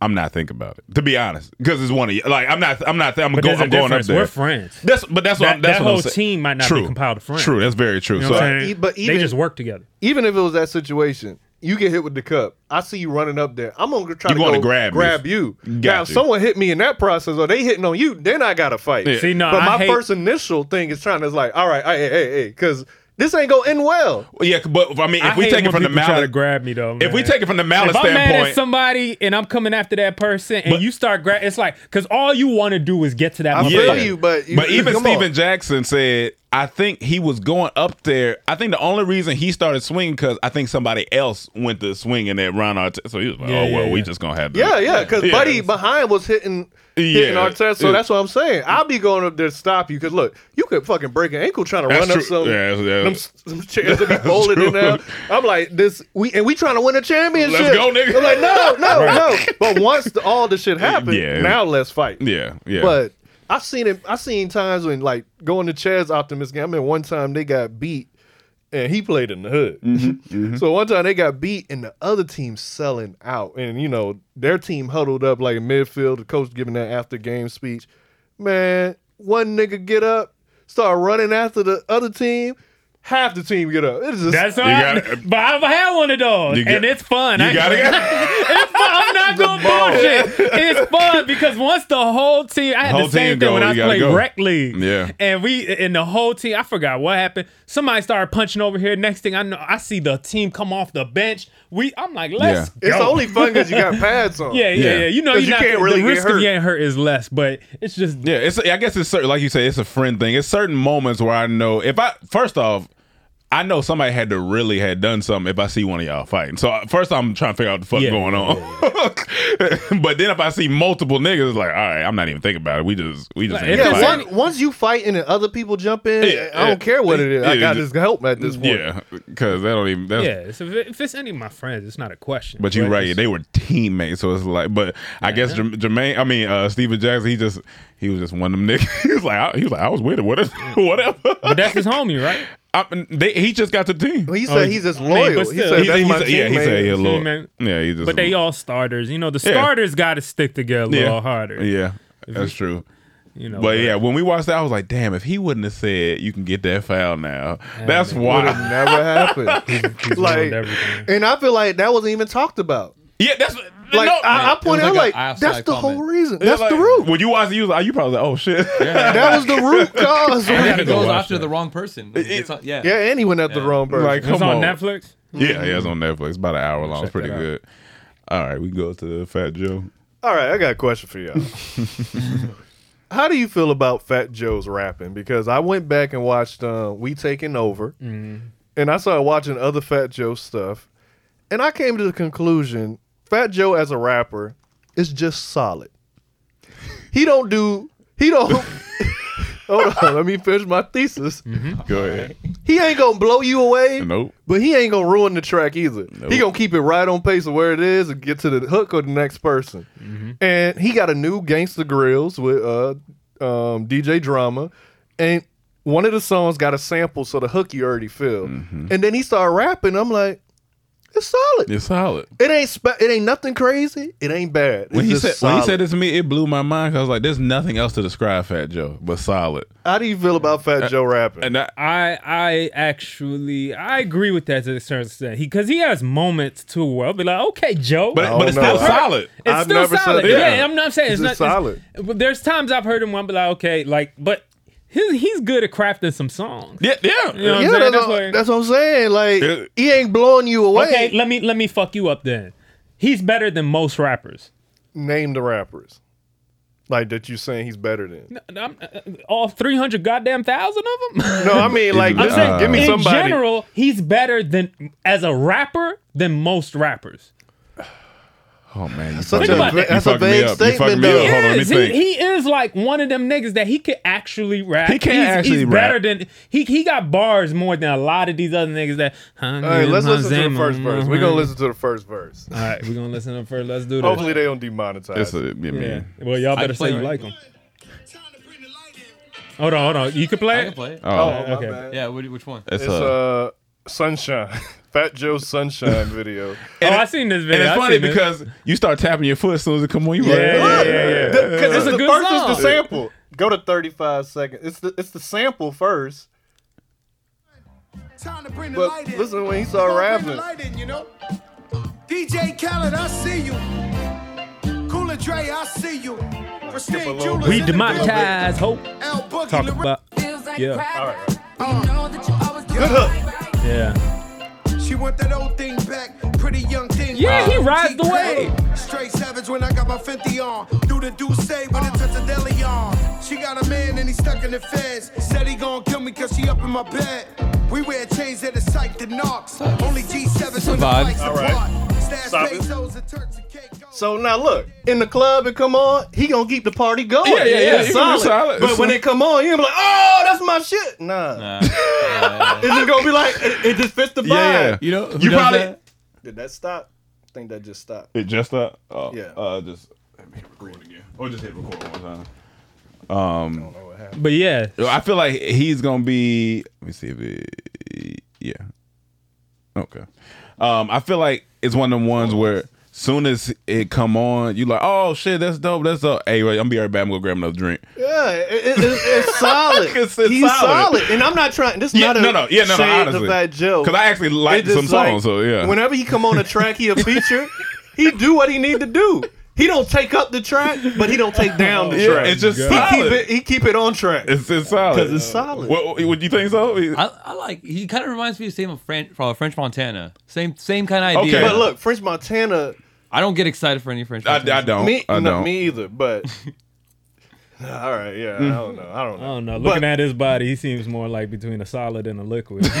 I'm not thinking about it, to be honest, because it's one of you. Like I'm not, I'm not. I'm,
But
go,
there's a
I'm going up
difference.
there.
We're friends.
That's, but that's what
That-
I'm, that's
that
what I'm
whole
saying.
team might not be
True.
compiled of friends.
True, that's very true.
You know
so
what I'm saying?
E- but even-
they just work together.
even if it was that situation, you get hit with the cup. I see you running up there. I'm gonna try
You
to
wanna
go
grab me.
grab you.
Got
now,
you.
if someone hit me in that process, or they hitting on you, then I gotta fight.
Yeah. See, no,
but
I
my
hate-
first initial thing is trying to like, all right, hey, hey, hey, hey, because this ain't gonna end well.
Well, yeah, but I mean, if
I
we
hate
take it from
when
the
people try to
malice,
grab me though.
if we
man.
take it from the malice
if I'm mad
standpoint,
at somebody and I'm coming after that person, and you start grab, it's like because all you want to do is get to that. motherfucker.
even Steven Jackson said, I think he was going up there. I think the only reason he started swinging because I think somebody else went to swing in that Ron Artest. So he was like,
Yeah,
oh well,
yeah,
we
yeah.
just gonna have to.
Yeah, yeah, because Buddy behind was hitting hitting
Yeah.
Arteta, so
Yeah.
that's what I'm saying. I'll be going up there to stop you because look, you could fucking break an ankle trying to
That's
run
true.
up some
Yeah, that's- yeah.
them, s- some chairs that be
That's
folded in there.
true.
I'm like this, we and we trying to win a championship.
Let's go, nigga.
I'm like no, no,
Right.
no. But once the, all the shit happened,
Yeah.
now let's fight.
Yeah, yeah.
But I've seen it. I've seen times when like going to Chaz Optimist game. I mean, one time they got beat. And he played in the hood.
Mm-hmm,
So one time they got beat, and the other team selling out, and you know their team huddled up like in midfield. The coach giving that after game speech. Man, one nigga get up, start running after the other team. Half the team get up. It's just
That's all right. but I've had one of those,
You got-
and it's fun.
you
I-
gotta get-
it's fun. I'm not
The
gonna
ball.
bullshit. It's fun because once the whole team, I had
Whole
the same
team
thing when
go,
I
you gotta
played
go.
rec league.
Yeah.
and we and the whole team. I forgot what happened. Somebody started punching over here. Next thing I know, I see the team come off the bench. We, I'm like, let's.
It's
go.
only fun because you got pads on.
Yeah, yeah, yeah. You know,
'Cause
you're not,
can't really
the
get
risk
hurt.
of getting hurt is less, but it's just
yeah. It's I guess it's certain, like you say, it's a friend thing. It's certain moments where I know if I first off. I know somebody had to really had done something if I see one of y'all fighting. So uh, first, I'm trying to figure out what the fuck going on. but then if I see multiple niggas, it's like, all right, I'm not even thinking about it. We just, we just. ain't
yeah,
fighting.
one- once you fighting and other people jump in, I don't care what it is. I got this help at this point.
Yeah, because that don't even. That's,
yeah. It's, if, it- if it's any of my friends, it's not a question.
But you're right.
it's-
They were teammates, so it's like. But I guess Jerm- Jermaine. I mean, uh, Steven Jackson. He just he was just one of them niggas. he was like I, he was like I was with it. Whatever. whatever. But
that's his homie, right?
I, they, he just got the team.
Oh, he said he's just loyal.
but
He
still-
said, "That's my
yeah, he said he a
teammate."
loyal.
Teammate.
Yeah, he just.
but they all starters. You know, the
Yeah.
starters got to stick together a
Yeah.
little harder.
Yeah,
If
that's
you-
true.
You know,
but, yeah, when we watched that, I was like, "Damn! If he wouldn't have said, you can get that foul now. that's why."
Would've never happened. like, and I feel like that wasn't even talked about.
Yeah, that's
like
no,
I, I
it was
pointed out
like
like,
a outside
that's the whole
comment.
reason.
Yeah,
That's
like,
the root.
When you watch it, you was like, you probably was like, "Oh shit!"
That was the root cause.
I think
gotta
it
go
goes
watch
after the wrong person. It's on- yeah.
Yeah, and he went after the wrong person.
Like, come on.
Netflix?
Yeah, yeah, it's on Netflix. About an hour long. It's
Check
pretty
that out.
good. All right, we go to Fat Joe.
All right, I got a question for y'all. How do you feel about Fat Joe's rapping? Because I went back and watched uh, We Taking Over, and I started watching other Fat Joe stuff, and I came to the conclusion Fat Joe as a rapper is just solid. He don't do he don't. hold on, let me finish my thesis.
Go ahead.
He ain't gonna blow you away.
Nope.
But he ain't gonna ruin the track either. He
Nope.
gonna keep it right on pace of where it is and get to the hook or the next person.
Mm-hmm.
And he got a new Gangsta Grills with uh um, DJ Drama, and one of the songs got a sample, so the hook you already feel.
Mm-hmm.
And then he started rapping. I'm like, it's solid.
It's solid.
It ain't spe- it ain't nothing crazy. It ain't bad. It's
When he
just
said when he
solid.
said this to me, it blew my mind. 'cause I was like, "There's nothing else to describe Fat Joe but solid."
How do you feel about Fat Joe rapping?
Uh, And I,
I I actually I agree with that to a certain extent. He because he has moments too where I'll be like, okay, Joe,
But- but it's still
I've heard-
solid.
It's
I've
still
never said
solid.
that.
yeah. I'm not saying it's,
It's just
not it's-
solid.
but there's times I've heard him. I'm like, okay, like, but he's he's good at crafting some songs.
Yeah, yeah.
You know what I'm
yeah,
saying?
that's,
That's
what,
why-
that's what I'm saying. Like he ain't blowing you away.
Okay, let me let me fuck you up then. He's better than most rappers.
Name the rappers. Like that you saying he's better than. No,
I'm, uh, all 300 goddamn thousand of them?
I mean like
I'm
just
saying,
give me
in
somebody.
general, he's better than as a rapper than most rappers.
Oh man, you
Such
fucking
a
me up.
va-
You
that's a
fucking me
vague
up. You fucking
statement,
me
though.
up. Hold on, let me
He,
think.
he is like one of them niggas that he could actually rap.
He can
he's, he's
actually
better than he he got bars more than a lot of these other niggas that. All
All right, let's listen to the first verse. We're gonna listen to the first verse.
All right, we're gonna listen to the first. Let's do this.
Hopefully they don't demonetize.
It's a- yeah, man.
Well, y'all
I
better
can play
say you
it.
like them. Hold on, hold on. You can play.
I can play
Oh,
it.
my
okay.
bad.
Yeah, what- which one?
Oh, It's,
It's
a uh, sunshine, Fat Joe's sunshine video.
oh, I seen this
And
video.
it's
I
funny
seen this.
because you start tapping your foot as soon as it come on. You
Yeah,
like,
yeah, yeah, yeah.
Because
It's
it's
a
the
good
first
song.
is the sample. Go to 35 seconds. It's the it's the sample first.
Time to bring the
But
light in.
listen when he started
Gonna Bring
rapping.
the light in, you know. DJ Khaled, I see you. Cooler Dre, I see you. Christine
little
Jewelers
bit. We
in the building.
democratize hope.
L Boogie,
Talk
Lorraine.
about- yeah.
All right.
Good hook.
Yeah.
She want that old thing back, pretty young thing.
Yeah, he rides the
Keep
wave.
cutting. Straight savage when I got my 50 on. Do the do say when it touch a deli on. She got a man and he stuck in the feds. Said he gon' kill me cause she up in my bed. We wear chains that is psyched to knocks. Only G7
a
when the
vibe.
fights
All right.
apart. Stash
Stop it.
pesos and Turks and
So now look in the club and come on, he gonna keep the party going.
Yeah, yeah, yeah.
It's
He gonna
solid.
be solid.
But when it come on, you gonna be like, oh, that's my shit. Nah, it's just gonna be like it, it just fits the vibe.
Yeah, yeah. You know who You does probably- that?
did that stop? I think that just stopped.
It just uh, oh,
Yeah.
uh just let me hit record again. Or just hit record one time. Um
But yeah.
I feel like he's gonna be let me see if it yeah. Okay. Um I feel like it's one of them ones where soon as it come on, you like, oh shit, that's dope, that's dope. Hey, right, I'm gonna be right back, I'm gonna grab another drink.
Yeah, it, it, it- it's solid.
It's- it's
He's
solid.
solid. and I'm not trying. This is
Yeah,
not a
no, no, yeah, no, no,
shade
honestly.
of that Joe.
'Cause I actually like
It's just
some songs, so, yeah.
Whenever he come on a track, he a feature. he do what he need to do. He don't take up the track, but he don't take down the
Yeah,
track.
it's just
he
solid.
keep it. He keep it on track.
It's it's solid.
'Cause it's solid.
What would you think so?
I, I like. He kind of reminds me of same of French, uh, French Montana. Same same kind of idea.
Okay, but look, French Montana.
I don't get excited for any French.
I- I
Montana.
don't.
me,
I
no,
don't.
me either. But all right, yeah, I don't know. I don't
I
know.
don't know.
But-
Looking at his body, he seems more like between a solid and a liquid. but no,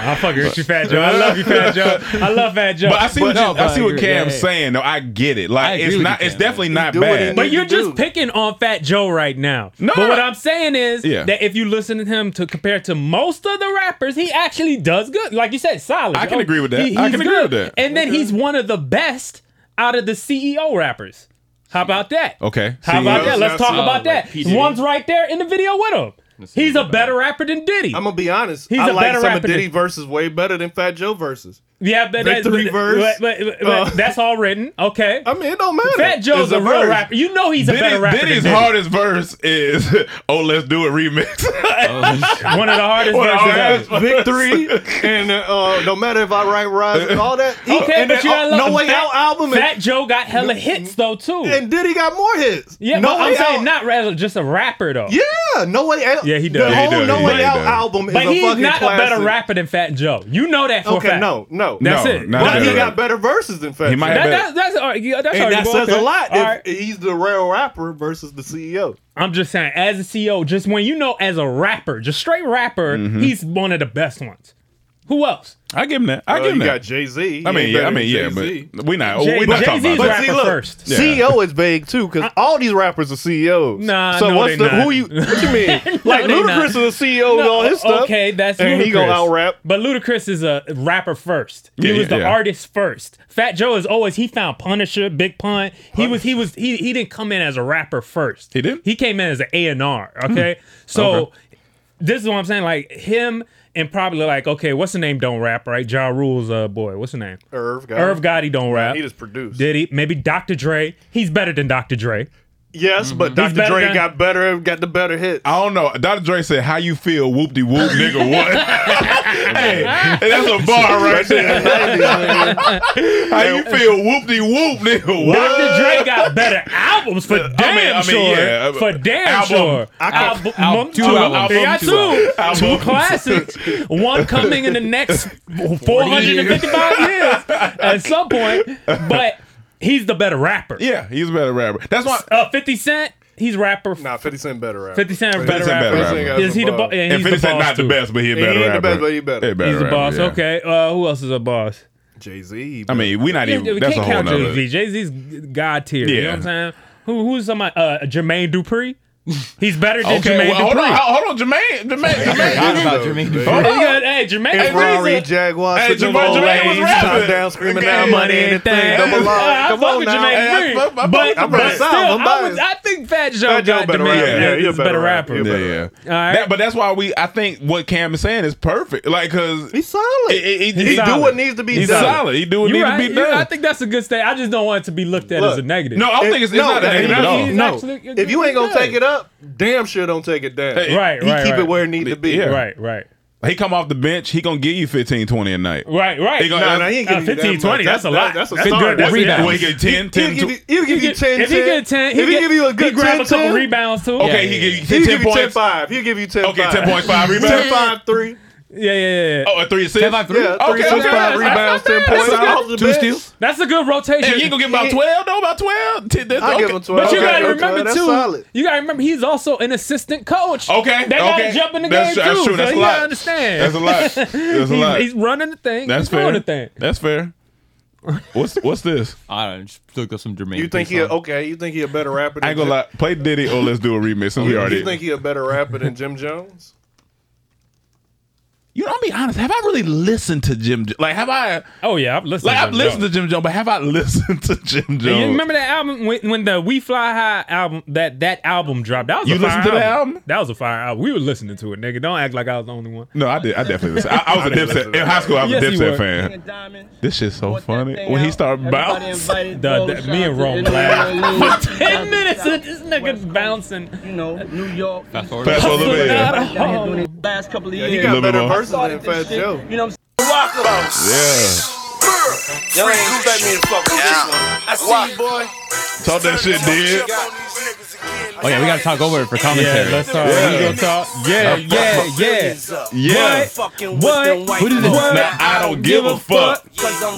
I fucking with you, Fat Joe. I love you, Fat Joe. I love Fat Joe.
But I see what
no,
you, I see what
agree.
Cam's
Yeah, yeah.
saying. though. I get it.
I
Like
agree
it's
with
not.
you,
It's
Cam.
definitely not
do what he
bad.
But you're just picking on Fat Joe right now.
No,
but
no,
what
no.
I'm saying is
Yeah.
that if you listen to him to compare to most of the rappers, he actually does good. Like you said, solid. Oh,
I can agree with that.
he-
I
he's
can agree
good.
with that.
And then he's one of the best out of the CEO rappers. How about that?
Okay. E
How about that? Let's talk about that.
P. Diddy.
One's right there in the video with him. He's a better rapper than Diddy.
I'm gonna be honest.
He's
I
a
like
better
some
rapper
of Diddy
than-
verses way better than Fat Joe verses.
Yeah, but, that,
Victory
but,
verse.
but- but- but
Uh,
that's all written. Okay.
I mean, it don't matter.
Fat
It's
Joe's a,
a
real
verse.
rapper. You know he's a
Diddy-
better rapper.
Diddy's
than Diddy.
hardest verse is "Oh, let's do it" remix.
One of the hardest
One of the
verses
hardest
ever.
Victory and uh, no matter if I write rise and all that. he-
Okay,
and
but you
uh,
gotta look.
no way
Fat,
out album. and-
Fat Joe got hella hits though too.
and Diddy got more hits.
yeah,
no
but I'm
Way
saying
Out-
not rather just a rapper though.
Yeah, no way out.
Yeah, he does.
The
Yeah, he
whole
does.
No
He
Way
does.
Out
He does.
album is
But
a
he's
fucking
not a
classic.
better rapper than Fat Joe. You know that for a
Okay,
fact.
no, no.
That's
No,
it.
not
But he
better.
got better verses than Fat
He
Joe.
might
That,
have
that, that's all right. Yeah, that's
and that
arguable.
says
Okay.
a lot.
All
if
right.
He's the real rapper versus the E CEO.
I'm just saying, as a CEO, just when you know, as a rapper, just straight rapper,
Mm-hmm.
he's one of the best ones. Who else?
I give him that. I
Well,
give him
you
that.
got Jay Z.
I mean, yeah, I mean, yeah, but we not.
Jay-
we not
but
talking
Jay-Z's
about
rapper
that.
But see, look, E
first.
Yeah.
CEO is vague too, because all these rappers are CEOs.
Nah,
so
no,
what's
they
the
not.
who you? What you mean?
No,
like
they
Ludacris
not.
is a CEO with
No,
all his stuff.
Okay, that's
and
Ludacris.
he gonna out rap.
But Ludacris is a rapper first. He
Yeah,
was
yeah,
the
yeah.
artist first. Fat Joe is always he found Punisher, Big Pun. He was he was he he didn't come in as a rapper first. He
didn't?
He came in as an A and R. Okay,
Hmm.
so
Okay.
this is what I'm saying. Like him and probably like okay, what's the name? Don't rap right? Ja Rule's uh boy. What's the name?
Irv got
Irv Gotti don't rap.
He just produced.
Did he? Maybe Dr. Dre. He's better than Dr. Dre.
Yes,
Mm-hmm.
but
He's
Dr.
better
Dre
than-
got better. Got the better hit.
I don't know. Dr. Dre said, "How you feel? Whoop de whoop, nigga. What? hey, that's a bar right there. How you feel? Whoop de whoop, nigga. What?
Dr. Dre got better albums for damn
I mean, I mean,
sure.
yeah. uh,
For damn
Album.
sure.
I
Album,
album,
two,
two
albums.
albums.
They got
Two
two.
albums.
Two
Albums.
classics. One coming in the next 455 years at some point. But he's the better rapper.
Yeah, he's a better rapper. That's why.
Uh, 50 Cent, he's rapper.
Nah, Fifty Cent better rapper.
50 Cent, better
50 Cent
rapper.
better
Fifty Cent
rapper.
got
Is he the
some
boss?
bars.
And
And he's
50
the
Cent
boss
not
too.
the best, but he a
He
better
ain't the
rapper.
best, but he better.
He
He's the boss.
rapper, yeah.
Okay. Uh, who else is a boss?
Jay Z.
I mean, we not even.
we
that's a
can't
whole
count
nother.
Jay Z. Jay Z's god tier. You know
Yeah.
what I'm saying? Who who's somebody? Uh, Jermaine Dupri. He's better than
Okay,
Jermaine
well, hold
Dupri.
on, hold on, Jermaine, Jermaine, Jermaine.
about Jermaine
Dupri.
Hold on. You got- Hey, Jermaine.
Hey, Ferrari,
Dupri.
Jaguar,
Hey,
Signal
Jermaine-
Low
Jermaine was
Lanes,
rapping.
top down, screaming
Okay.
down, money, anything, double
I
R. Come
fuck
on
with
now.
Jermaine
Hey,
Dupri,
I fuck- I fuck-
but,
I'm
but
biased.
still,
I'm
I, would,
biased.
I think Fat Joe got
better
the man.
rapper. Yeah,
he's a better rapper.
Yeah, yeah. That- but that's why we. I think what Cam is saying is perfect. Like, cause
he's solid.
He,
He's solid.
he's solid. He do what
You
needs
right.
to be
You-
done.
I think that's a good stat. I just don't want it to be looked at
Look,
as a negative.
no, I don't think it's- it's No, not a negative at all.
he's
No,
actually-
if you ain't gonna
good.
take it up, damn sure don't take it down.
Right,
he
right,
keep
right.
it where it need to be.
Yeah.
Right, right.
He come off the bench. He gonna give you 15, 20 a night.
Right, right.
He gonna-
Nah, nah, he ain't giving you that 15, much. 20, that's a lot.
That's a
That's
start.
good. That's rebound.
Well, he get 10, 10,
He'll give you, he'll give you 10,
If he get 10, he
if he
get-
give you
he
a good
grab
10,
a couple rebounds, too.
Okay, he give you 10
give you 10,
points.
5. He'll give you 10,
Okay,
5.
10.5 rebounds.
10, 5, 3.
Yeah, yeah, yeah.
Oh, a three assist?
Yeah, three
Okay,
assists,
okay.
five rebounds, 10 points.
That's
Off
good.
the
Two
bench.
steals.
That's a good rotation.
Hey, you ain't gonna get about 12? No, about 12? Ten- that's-
I'll give
okay.
him 12.
But you
Okay,
gotta
okay,
remember
that's
too.
solid.
You gotta remember he's also an assistant coach.
Okay,
they gotta
okay.
jump in the
That's
game
true, that's
too.
true, that's
so
a
you
lot.
gotta understand.
That's a lot. That's a
He's-
lot.
He's running the thing.
That's
he's doing
fair.
the thing.
That's fair. What's what's this?
I don't know, just looked up some Jermaine.
You think he a, okay? You think he a better rapper? Than
I ain't gonna lie. Play Diddy or let's do a remix since we
Jim,
already.
you think he a better rapper than Jim Jones?
You know, I'll be honest. Have I really listened to Jim? Jo- Like, have I?
Oh yeah, I've listened.
Like,
to
I've
Jim
listened
Jones.
to Jim Jones, but have I listened to Jim
And You
Jones?
remember that album when, when the We Fly High album that that album dropped? That was
You
a fire
listened to that
That was a fire album. We were listening to it, nigga. Don't act like I was the only one.
No, I did. I definitely listened. I, I was a Dipset in high school. I was
Yes,
a
you were.
Dipset fan. This shit's so funny when he started bouncing.
The, the, me and Rome laughed for ten minutes. at This nigga's bouncing.
You know, New York.
Fast
forward. Fast forward a little bit, yeah.
Down here doing it Last couple of
Yeah,
years.
he got
Little bit
better
more.
verses
Started
than
this
Fat
shit,
Joe.
You know what
Yeah.
I'm saying? Y'all ain't expect me to fuck with this one. I see you, boy.
Talk that shit, dude.
Oh yeah, we gotta talk over it for commentary.
Yeah, let's talk. We gonna talk. Yeah, yeah, yeah,
Yeah.
What? What?
Who did
What?
Now I don't give a fuck.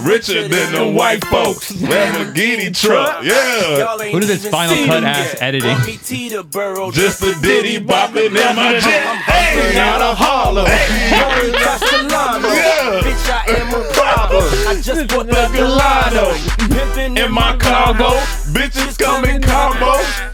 Richer than the white folks. Lamborghini truck. Yeah.
Who did this final cut ass editing?
Oh, Just a ditty bopping in my jet. Hey,
Out of Harlem. Hey, Castellano. Bitch, I am a robber. I just bought the Galano. Pimpin'
in my cargo. Bitches come in combo.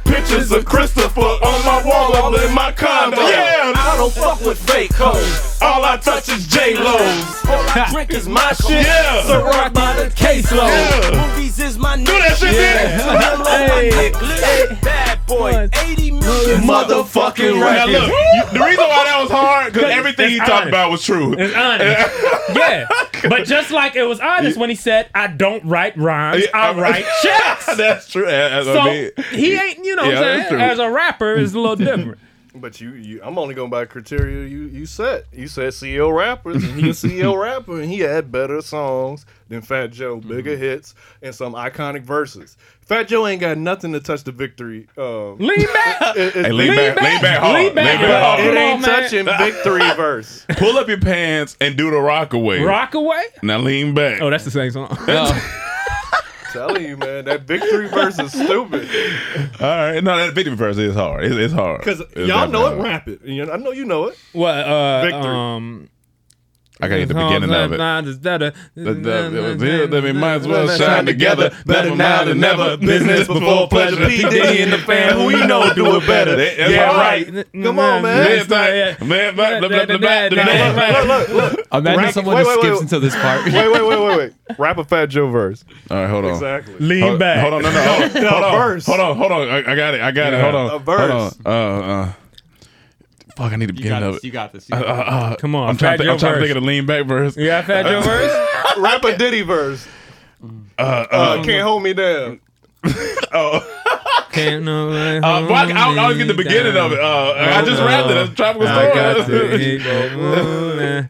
Pictures of Christopher on my wall, all in my condo. Yeah.
I don't fuck with fake hoes.
All I touch is J Lo's.
All I drink is my shit.
Yeah.
So rock by the caseload.
Yeah.
Movies is my
Do that shit,
niche.
Diddy.
I'm like my dick lit. Bad boy. 80 million motherfucking
Now
records.
look, you, the reason why that was hard because everything he
It's
talked
honest.
about was true.
It's honest. yeah. But just like it was honest when he said, I don't write rhymes,
Yeah,
I
I'm-
write checks.
that's true. That's what
So
I mean.
he ain't, you know what
Yeah,
I'm
that's
saying?
true.
As a rapper, it's a little different.
But you, you, I'm only going by criteria you, you set. You said CEO rappers, and he's a CEO rapper, and he had better songs than Fat Joe, bigger
Mm-hmm.
hits, and some iconic verses. Fat Joe ain't got nothing to touch the victory. Um,
Lean back.
it- it-
Hey, lean back, lean back hard,
Lean back.
lean back hard.
it
Come
ain't
on, man.
touching victory verse.
Pull up your pants and do the rock away.
Rock away?
Now lean back.
Oh, that's the same song.
telling you, man, that victory verse is stupid.
All right. No, that victory verse is hard. It's, it's hard.
Because
It's
y'all know
definitely
it,
hard.
rap it. You know, I know you know it.
What? Uh,
Victory.
Um,
I got the beginning of it. The- the- the- Then we might as well shine together. Better now than never. Business before pleasure. P Diddy and the fam, who you know do it better. Yeah, right.
Come on, man.
Next time, man, blah, blah, blah, blah, blah,
Look,
blah.
look, look, look, look.
Imagine
Rack-
someone
wait,
just
wait,
skips
wait.
until this part.
Wait, wait, wait, wait, wait. Rap a Fat Joe verse.
All right, hold on.
Exactly.
Lean
Hold,
back.
hold on, no, no, hold,
Oh. No,
hold
a
on,
verse.
hold on, hold on. I, I got it, I got it.
Yeah.
Hold on,
A verse.
Hold on. Uh, uh, fuck, I need to
You
begin
got
of
this,
it.
you got this, you
Uh, uh,
got this.
uh,
Come on,
I'm trying,
Fat
to, think-
Joe
I'm trying to
verse.
think of the lean back verse.
You got Fat Joe verse?
Rap a Diddy verse.
Uh, uh,
Uh, can't hold me down.
Can't nobody
uh,
hold
well, I, I, I always get the
me
beginning
down.
of it. Uh, I just rapped it. That's tropical
I got
story.
to
It-
keep it moving.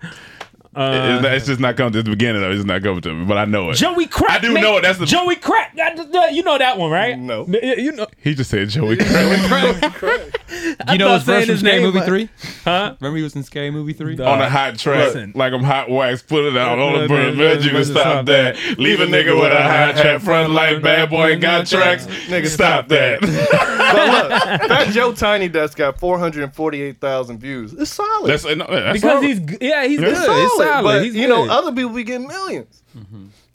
It's, not- it's just not coming to the beginning of it. It's not coming to me, but I know it.
Joey Crack.
I do
man.
know it. That's the.
Joey Crack. I just- uh, You know that one, right?
No.
You you know.
he just said Joey Crack.
I
You know
thought
his verse
saying
from
his
Scary
name,
Movie
but-
Three?
Huh?
Remember he was in Scary Movie Three?
on a hot track,
Listen.
like I'm hot wax. Put it out on a
Listen,
burn. Man, you can
listen,
stop
stop
that.
that.
Leave a nigga with a hot track. Front like bad boy ain't got tracks. Nigga, stop that.
But look, Fat Joe Tiny Desk got 448,000 views. It's solid.
That's, uh, no, that's
Because
all-
he's g- yeah, he's
It's
good. It's
solid.
Tyler.
But
He's
you know,
good.
other people be getting 1000000s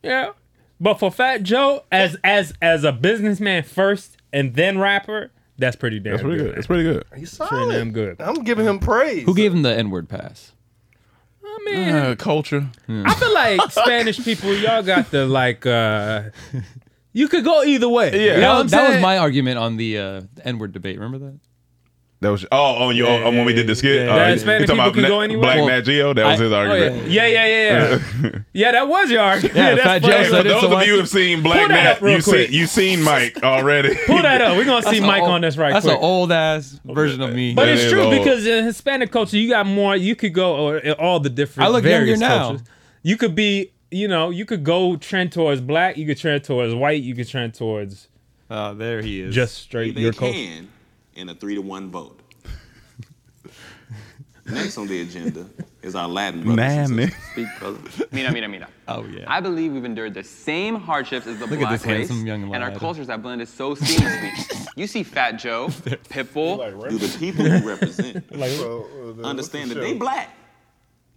Yeah. But for Fat Joe, as as as a businessman first and then rapper, that's pretty damn
pretty
good.
good. That's pretty good.
He's
Pretty
solid.
damn good.
I'm giving him praise.
Who gave him the N word pass?
I mean,
culture.
I feel like Spanish people, y'all got the like. uh You could go either way.
Yeah,
You know what
that, that
I'm
was
saying?
my argument on the uh, N word debate. Remember that?
That was oh, oh, you, oh, when we did the skit.
yeah,
uh,
yeah.
you
Hispanic
talking
people
about
can
Na-
go anywhere?
Black
Well,
Nat Geo. That was
I-
his
oh,
argument.
yeah, yeah, yeah, yeah. yeah, that was your argument.
Yeah,
That's
Fat
funny.
Joe said For it, those so of I- you who've seen Black
Pull that
Nat,
up real
you see-
quick.
you seen Mike already.
Pull that up. We're gonna see
That's a
Mike
old-
on this right
That's
quick.
an old ass version of me.
But it's true because in Hispanic culture, you got more. You could go or, or all the different.
I look
various
younger now.
Cultures. You could be, you know, you could go trend towards black. You could trend towards white. You could trend towards.
Oh, there he is.
Just straight
they
your culture.
can in a three to one vote. Next on the agenda is our Latin brothers.
Nah,
and
man.
sisters. Speak, brother.
Mira, mira, mira.
Oh yeah.
I believe we've endured the same hardships as the
Look at
black
this
race,
handsome young
and our
lad.
cultures have blended so seamlessly. you see Fat Joe, Pitbull.
Do the people who represent
uh,
understand that
the
they
show?
black?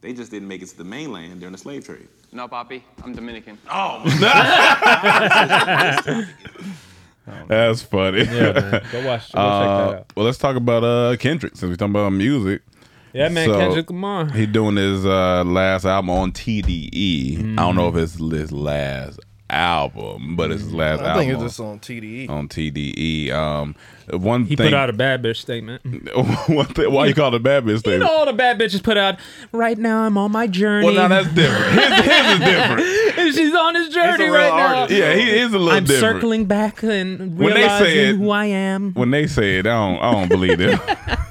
They just didn't make it to the mainland during the slave trade.
No, Papi, I'm Dominican.
Oh.
That's funny.
Yeah, man. Go watch- go check that
Uh,
out.
Well, let's talk about uh, Kendrick since we're talking about music.
Yeah, man, Kendrick Lamar.
He doing his uh, last album on TDE. I don't know if it's his last album, but it's his last
Mm. I
album.
think it's just on E. TDE.
On TDE. Um, one
He
thing.
put out a bad bitch statement.
one thing- why you call it a bad bitch
You
thing?
know, all the bad bitches put out. Right now, I'm on my journey.
Well, now that's different. His, his is different.
She's on his journey
real
right
artist.
now.
Yeah, he is a little
I'm
different.
circling back and
When they
realizing
said-
who I am.
When they say it, I don't, I don't believe it.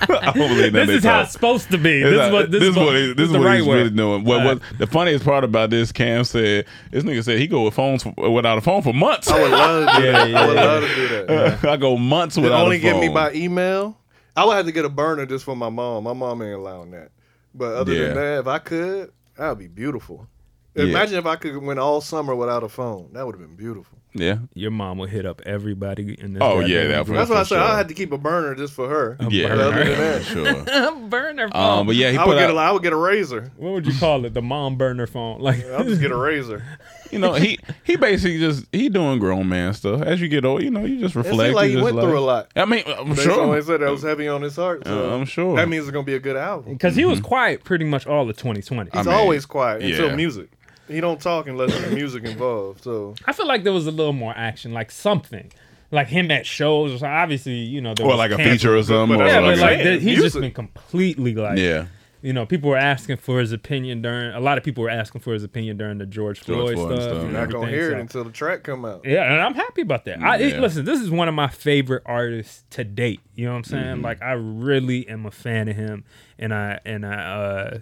I don't believe that
This
they
is how
talk.
it's supposed to be.
It's
This
not-
is what this, is what,
he- is
this is the
what
right
he's
way.
really doing. What, what the funniest part about this? Cam said this nigga said he go with phones for, without a phone for months. I
would love to do that. I would love to do
that. I go months
It
without
only
a
get
phone.
me by email. I would have to get a burner just for my mom. My mom ain't allowing that. But other
Yeah.
than that, if I could, that would be beautiful.
Yeah.
Imagine if I could went all summer without a phone. That would have been beautiful.
Yeah,
your mom will hit up everybody in this.
Oh,
goddamn
yeah, that
group.
for-
That's why I said I had to keep a burner just for her.
Yeah,
But other
burner,
than that,
sure. burner phone.
Um, but yeah, he
I
put
would get
out.
a, I would get a razor.
What would you call it? The mom burner phone? Like
I'll just get a razor.
you know, he he basically just he doing grown man stuff. As you get old, you know, you just
It
reflect.
seemed like
you
he
just
went through a lot.
I mean, I'm
They
sure.
always said that was heavy on his heart. So
Uh, I'm sure.
that means it's gonna be a good album.
because he was
Mm-hmm.
quiet pretty much all of 2020.
Uh,
He's always quiet
yeah.
until music. He don't talk unless there's music involved. So
I feel like there was a little more action, like something, like him at shows. Or something. Obviously, you know, there
Or
was
like a
cancel-
feature or something,
But,
or
yeah,
like
but like
a-
the- he's just
Music.
been completely like,
Yeah.
You know, people were asking for his opinion during. A lot of people were asking for his opinion during the George Floyd,
Floyd and
stuff.
stuff,
and
You're not gonna
everything,
hear
so-
it until the track come out.
Yeah, and I'm happy about that. I, it,
Yeah.
listen, this is one of my favorite artists to date. You know what I'm saying?
Mm-hmm.
Mhm.
Like I really am a fan of him, and I and I, uh,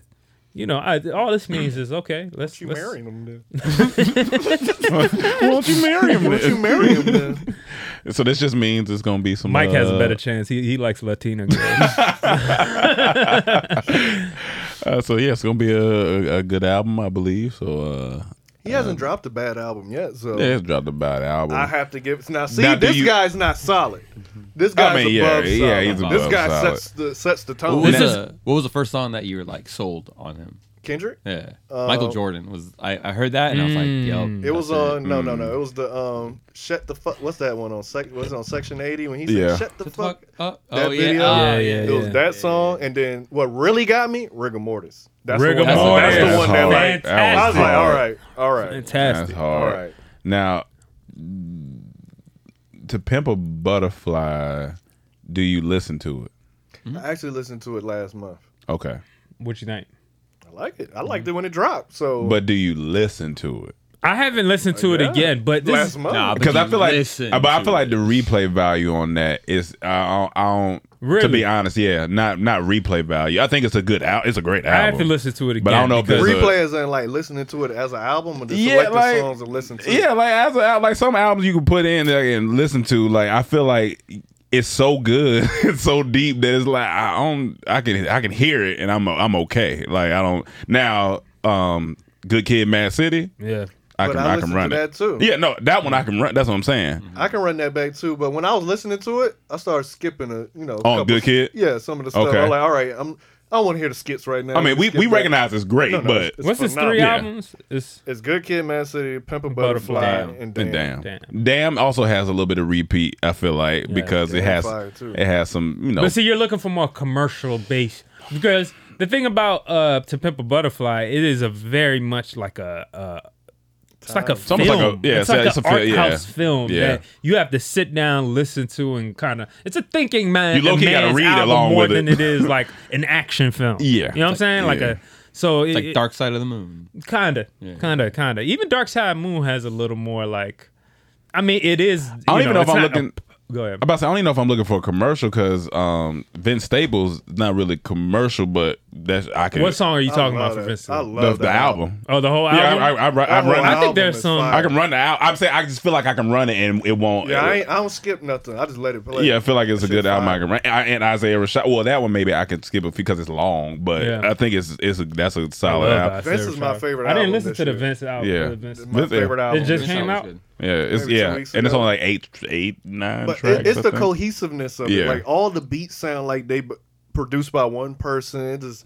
you know, I all this means is okay. Let's
you
let's-
marrying him then?
Why don't you marry him?
Why don't you marry him then?
So this just means it's gonna be some.
Mike has a
uh,
better chance. He he likes Latina girls.
Uh, so yeah, it's gonna be a, a, a good album, I believe. So uh,
He hasn't dropped a bad album yet. So
yeah, it's dropped about an album.
I have to give. Now see,
Now, do
this
you-
guy's not solid. This guy's
mean, yeah,
above
yeah,
solid.
he's
this
above
guy
solid.
sets the sets the tone.
What was, the, what was the first song that you were like sold on him?
Kendrick?
Yeah.
Uh,
Michael Jordan was. I, I heard that and I was
Mm.
like, yo.
It was
that's
on no no
mm.
no. It was the um shut the fuck. What's that one on? Sec, was it on section eighty when he said
Yeah.
shut the fuck
up?
That
Oh, yeah.
video.
Ah, yeah,
It
yeah,
was
yeah.
that song, and then what really got me rigor mortis. That's
Rigor
the one, That's,
mortis.
the one that like.
Fantastic.
I was like, all
Hard.
right, all right,
Fantastic.
That's hard.
All right.
Now, to pimp a butterfly, do you listen to it?
I actually listened to it last month.
Okay,
what you think?
I like it. I
Mm-hmm.
liked it when it dropped. So
but do you listen to it?
I haven't listened to it
Oh, Yeah.
again, but this
Last month. Nah, but
Because I
you
feel like,
listen
but I
to
feel like the replay value on that is I don't. I don't To
Really?
be honest, yeah, not not replay value. I think it's a good out. It's a great album.
I have to listen to it
But I don't
again
know if there's a,
replay is in like listening to it as an album or just
Yeah,
select
like-
the songs and listen to.
Yeah, like as a, like some albums you can put in like, and listen to. Like I feel like it's so good, it's so deep that it's like I don't, I can I can hear it and I'm I'm okay. Like I don't now. Um, Good Kid, Mad City.
Yeah,
I
But
can
I
I, can
listen to
run it.
that too. Mm-hmm.
Yeah, no, that one I can run. That's what I'm saying.
I can run that back too, but when I was listening to it, I started skipping a you know. a
Oh, Good Kid?
Yeah, some of the stuff.
Okay.
I'm like, all right, I'm I want to hear the skits right now.
I mean, we-
Skip
we
back.
recognize it's great, but- What's his
phenomenal.
three Yeah. albums?
It's, Good Kid, Man City, Pimpin' Butterfly, and Damn.
damn. damn. also has a little bit of repeat. I feel like because it
Damn
has
fire, too.
it has some you know.
But see, you're looking for more commercial base because the thing about uh, To Pimp a Butterfly, it is a very much like a. Uh, it's like a
It's almost like
film.
a- yeah,
it's
it's a-
like
it's a
an
fil-
art
yeah.
house film
Yeah.
that you have to sit down, listen to, and kind of. It's a thinking man.
You
a
low-key gotta
man's
read
album
along
more
with it.
than it is like an action film.
Yeah.
you know what I'm
Like-
saying? Like
yeah.
a so
It's
it-
like
it-
Dark Side of the Moon.
Kinda,
Yeah.
kinda, kinda. Even Dark Side Moon has a little more like. I mean, it is.
I don't
you
even know if
it's
I'm
not a-
looking.
go ahead.
I'm about to say, I don't even know if I'm looking for a commercial because um, Vince Staples not really commercial, but that's I can.
What song are you
I
talking
love
about for
that.
Vince?
I love The- the that album. album.
Oh, the whole
Yeah,
album.
I, I, I, run- I,
Oh,
I,
run.
think there's some.
I can run the out. I'm saying I just feel like I can run it and it won't.
Yeah, I, ain't, I don't skip nothing. I just let it play.
Yeah, I feel like it's a good album. I can run. I- And Isaiah Rashad. Well, that one maybe I could skip it because it's long, but
Yeah.
I think it's it's a, that's a solid
love
album.
Vince is my favorite.
I didn't
album
listen
this
to the
year.
Vince album.
Yeah,
the Vince-
My favorite album.
It just came out.
Yeah, it's
Maybe two
yeah,
weeks
and it's
ago.
only like eight, eight, nine.
But
tracks,
it, it's
I
the
think.
cohesiveness of it.
Yeah.
Like all the beats sound like they b- produced by one person. It's just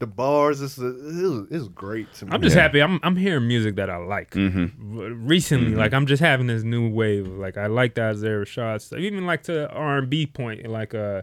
the bars. It's it's, it's great to me.
I'm just happy. I'm I'm hearing music that I like. R-
Mm-hmm.
Recently,
Mhm.
like I'm just having this new wave. Like I like that Isaiah Rashad stuff. Even like to R and B point, like uh,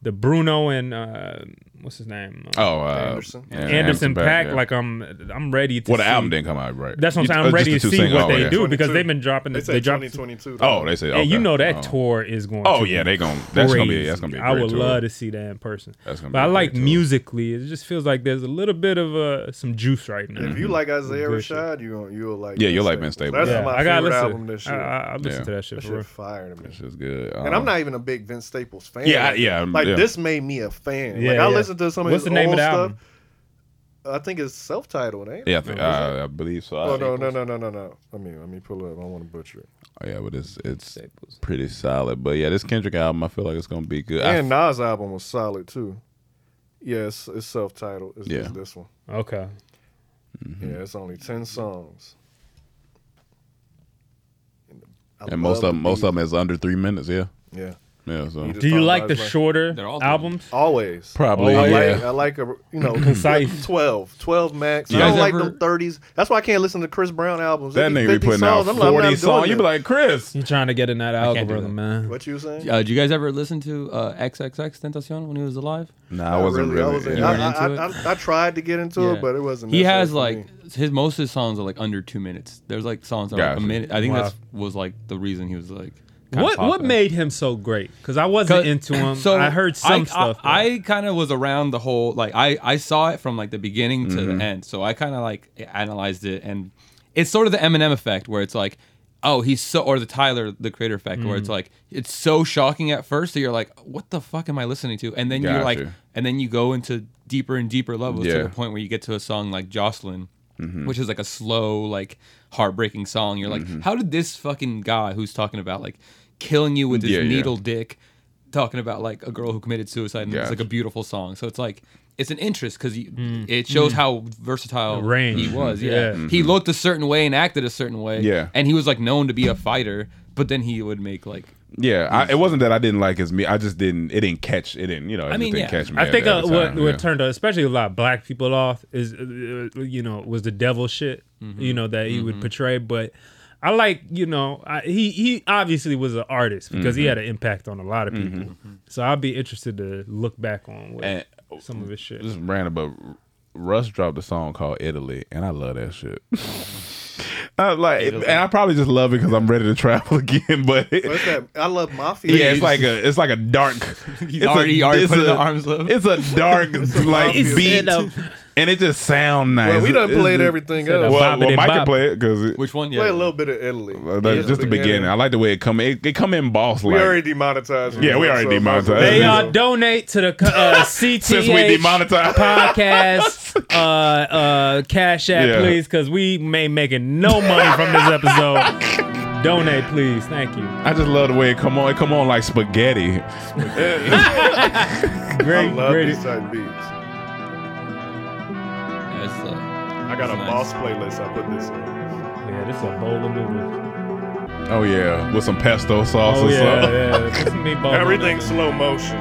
the Bruno and uh, what's his name?
Oh, uh,
Anderson.
yeah,
Anderson,
Anderson
Pack.
Paak, yeah.
Like I'm I'm ready to.
Well, the
see-
album didn't come out, right?
That's what I'm
You- oh,
saying. I'm
just
ready
the
to
two
see
singles.
what
Oh,
they
yeah.
do because
22.
they've been dropping.
They
The,
said
they dropped
2022.
Oh, they said,
And you
okay.
know that
Oh.
tour is going.
Oh,
to
yeah,
be
they gon- that's gonna be-
crazy.
that's gonna be a
I
great
would
tour.
love to see that in person.
That's gonna
But
be
I
a
like musically. It just feels like there's a little bit of uh, some juice right now.
If you like Isaiah
Good shit.
Rashad, you gon- you'll like.
Mm-hmm. Yeah, you'll
Vince
like Vince Staples.
That's
Yeah,
my
I
gotta
favorite
listen.
album this
I-
year.
I- I listen to that shit
That
for real.
shit fire to me.
It's just good.
And I'm
Um,
not even a big Vince Staples fan.
Yeah, I-
Like,
yeah,
Like
yeah.
this made me a fan.
Yeah,
like I
yeah.
listened to some of
What's
his
the name
old
of the
stuff.
album?
I think it's self-titled, ain't it?
Yeah, I, think,
No, is it?
uh, I believe so.
Oh no no no no no no! Let me let me pull it up. I don't want to butcher it.
Oh, yeah, but it's it's pretty solid. But yeah, this Kendrick album, I feel like it's gonna be good. I
And Nas' album was solid too. Yeah, it's, it's self-titled. It's,
Yeah. Mm-hmm.
it's this one.
Okay.
Yeah, it's only ten songs. I
and most
love
of them, most of them is under three minutes. Yeah.
Yeah.
Yeah. So.
Do you like the shorter
They're all done.
albums?
Always.
Probably,
I
yeah.
like, I like a you know
Concise.
12, 12 max.
You
I don't
guys
like
ever-
them thirties. That's why I can't listen to Chris Brown albums.
That
They be
nigga be
50
putting
songs.
out
I'm like, I'm not
forty
doing
songs. You
this.
be like, Chris,
You trying to get in that
I can't do
algorithm, man?
What you saying?
Uh, did you guys ever listen to uh, XXX Tentacion when he was alive?
No, I Not wasn't really. I really- wasn't-
You weren't
I,
into it?
I, I, I tried to get into it,
Yeah.
but it wasn't.
He
necessary
has
for
like
me.
his most of his songs are like under two minutes. There's like songs that are like a
Gotcha.
minute. I think
Wow.
that's was like the reason he was like. kinda
What what
popular.
made him so great? Because I wasn't
'Cause-
into him. I heard some
I-
stuff.
I, kind of was around the whole like I I saw it from like the beginning to
Mm-hmm.
Mhm.
the end. So I kind of like analyzed it, and it's sort of the Eminem effect where it's like, oh, he's so or the Tyler the Creator effect where it's
Mm.
like it's so shocking at first that you're like, what the fuck am I listening to? And then you're like,
Gotcha.
and then you go into deeper and deeper levels
Yeah.
to the point where you get to a song like Jocelyn.
Mhm.
Which is like a slow, like heartbreaking song. You're like,
Mm-hmm.
how did this fucking guy who's talking about like killing you with his
Yeah, yeah.
needle dick talking about like a girl who committed suicide and it's like a beautiful song so it's like it's an interest because
Mm.
it shows
Mm.
how versatile
Range.
he was yeah,
Yeah.
he
Mm-hmm.
looked a certain way and acted a certain way
Yeah.
and he was like known to be a fighter but then he would make like
Yeah, I, it wasn't that I didn't like his me. I just didn't. It didn't catch. It didn't. You know. It
I mean,
didn't
yeah.
catch me.
I think uh,
at, at the
what
time,
what
yeah.
turned uh, especially a lot of black people off is uh, uh, you know was the devil shit you know that he would
Mhm.
portray. But I like you know I, he he obviously was an artist because he
Mhm.
had an impact on a lot of people. So I'd be interested to look back on what
Mm-hmm. And- uh,
some of his shit.
This is random, but Russ dropped a song called Italy, and I love that shit. I like,
Italy.
and I probably just love it because I'm ready to travel again. But
What's that? I love Mafia.
yeah, it's like a it's like a dark.
He's
it's a-
already- already
it's
put in
a-
the arms low.
It's a dark like
It's
beat,
in a-
and it just sound nice.
Well, we done
It's
played
just-
everything
Well,
else.
well,
Boppity
Mike can
bop.
play it because
which one
play a little bit of Italy.
that's just the beginning. I like the way it come. It, it come in boss
We
like.
already demonetized.
Yeah, we already demonetized.
They uh, donate to the co- uh,
Since we
CTH
demonetized.
podcast uh, uh, cash app,
Yeah.
please, because we ain't making no money from this episode. donate, please. Thank you.
I just love the way it come on. It come on like spaghetti.
Great,
I love
great.
these type beats.
uh,
I got a boss playlist. I put this in.
Yeah, this is a bowl of noodles.
Oh yeah, with some pesto sauce
Oh
or
yeah,
something. Oh,
yeah. This is me bowl of
Everything's slow motion.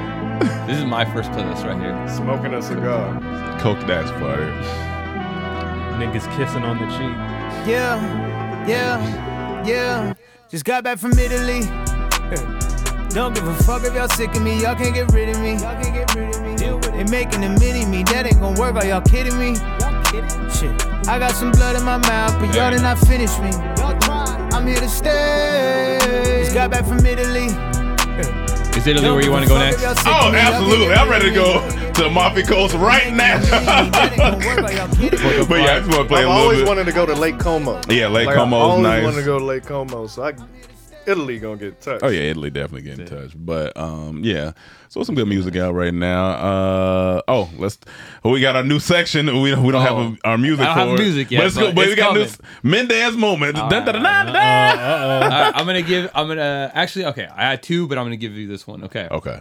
This is my first playlist right here.
Smoking a cigar.
Coke that's funny.
Niggas kissing on the cheek.
Yeah, yeah, yeah. Just got back from Italy. Don't give a fuck if y'all sick of me. Y'all can't get rid of me. Y'all can't get rid of me. They making a mini me. That ain't gonna work. Are y'all kidding me? Shit. I got some blood in my mouth, but y'all did not finish me. I'm here to stay. Just got back from Italy.
Is Italy where you want to go next?
Oh, absolutely. I'm ready to go to Mafia Coast right now. but yeah, I just want to play a
I've
little
always
bit.
wanted to go to Lake Como.
Yeah, Lake
like,
Como's
I always
nice.
wanted to go to Lake Como, so I, Italy gonna get touched.
Oh yeah, Italy definitely get in touch. But um, yeah, so some good music out right now. Uh, oh, let's. We got our new section. We don't, we don't have a, our music.
Oh. I don't have
for it.
music yet,
But, it's
but
good, but
it's
we got
coming. Uh,
this Mendez moment. Dun, dun, dun, dun, dun.
All right, I'm gonna give. I'm gonna actually. Okay, I had two, but I'm gonna give you this one. Okay.
Okay.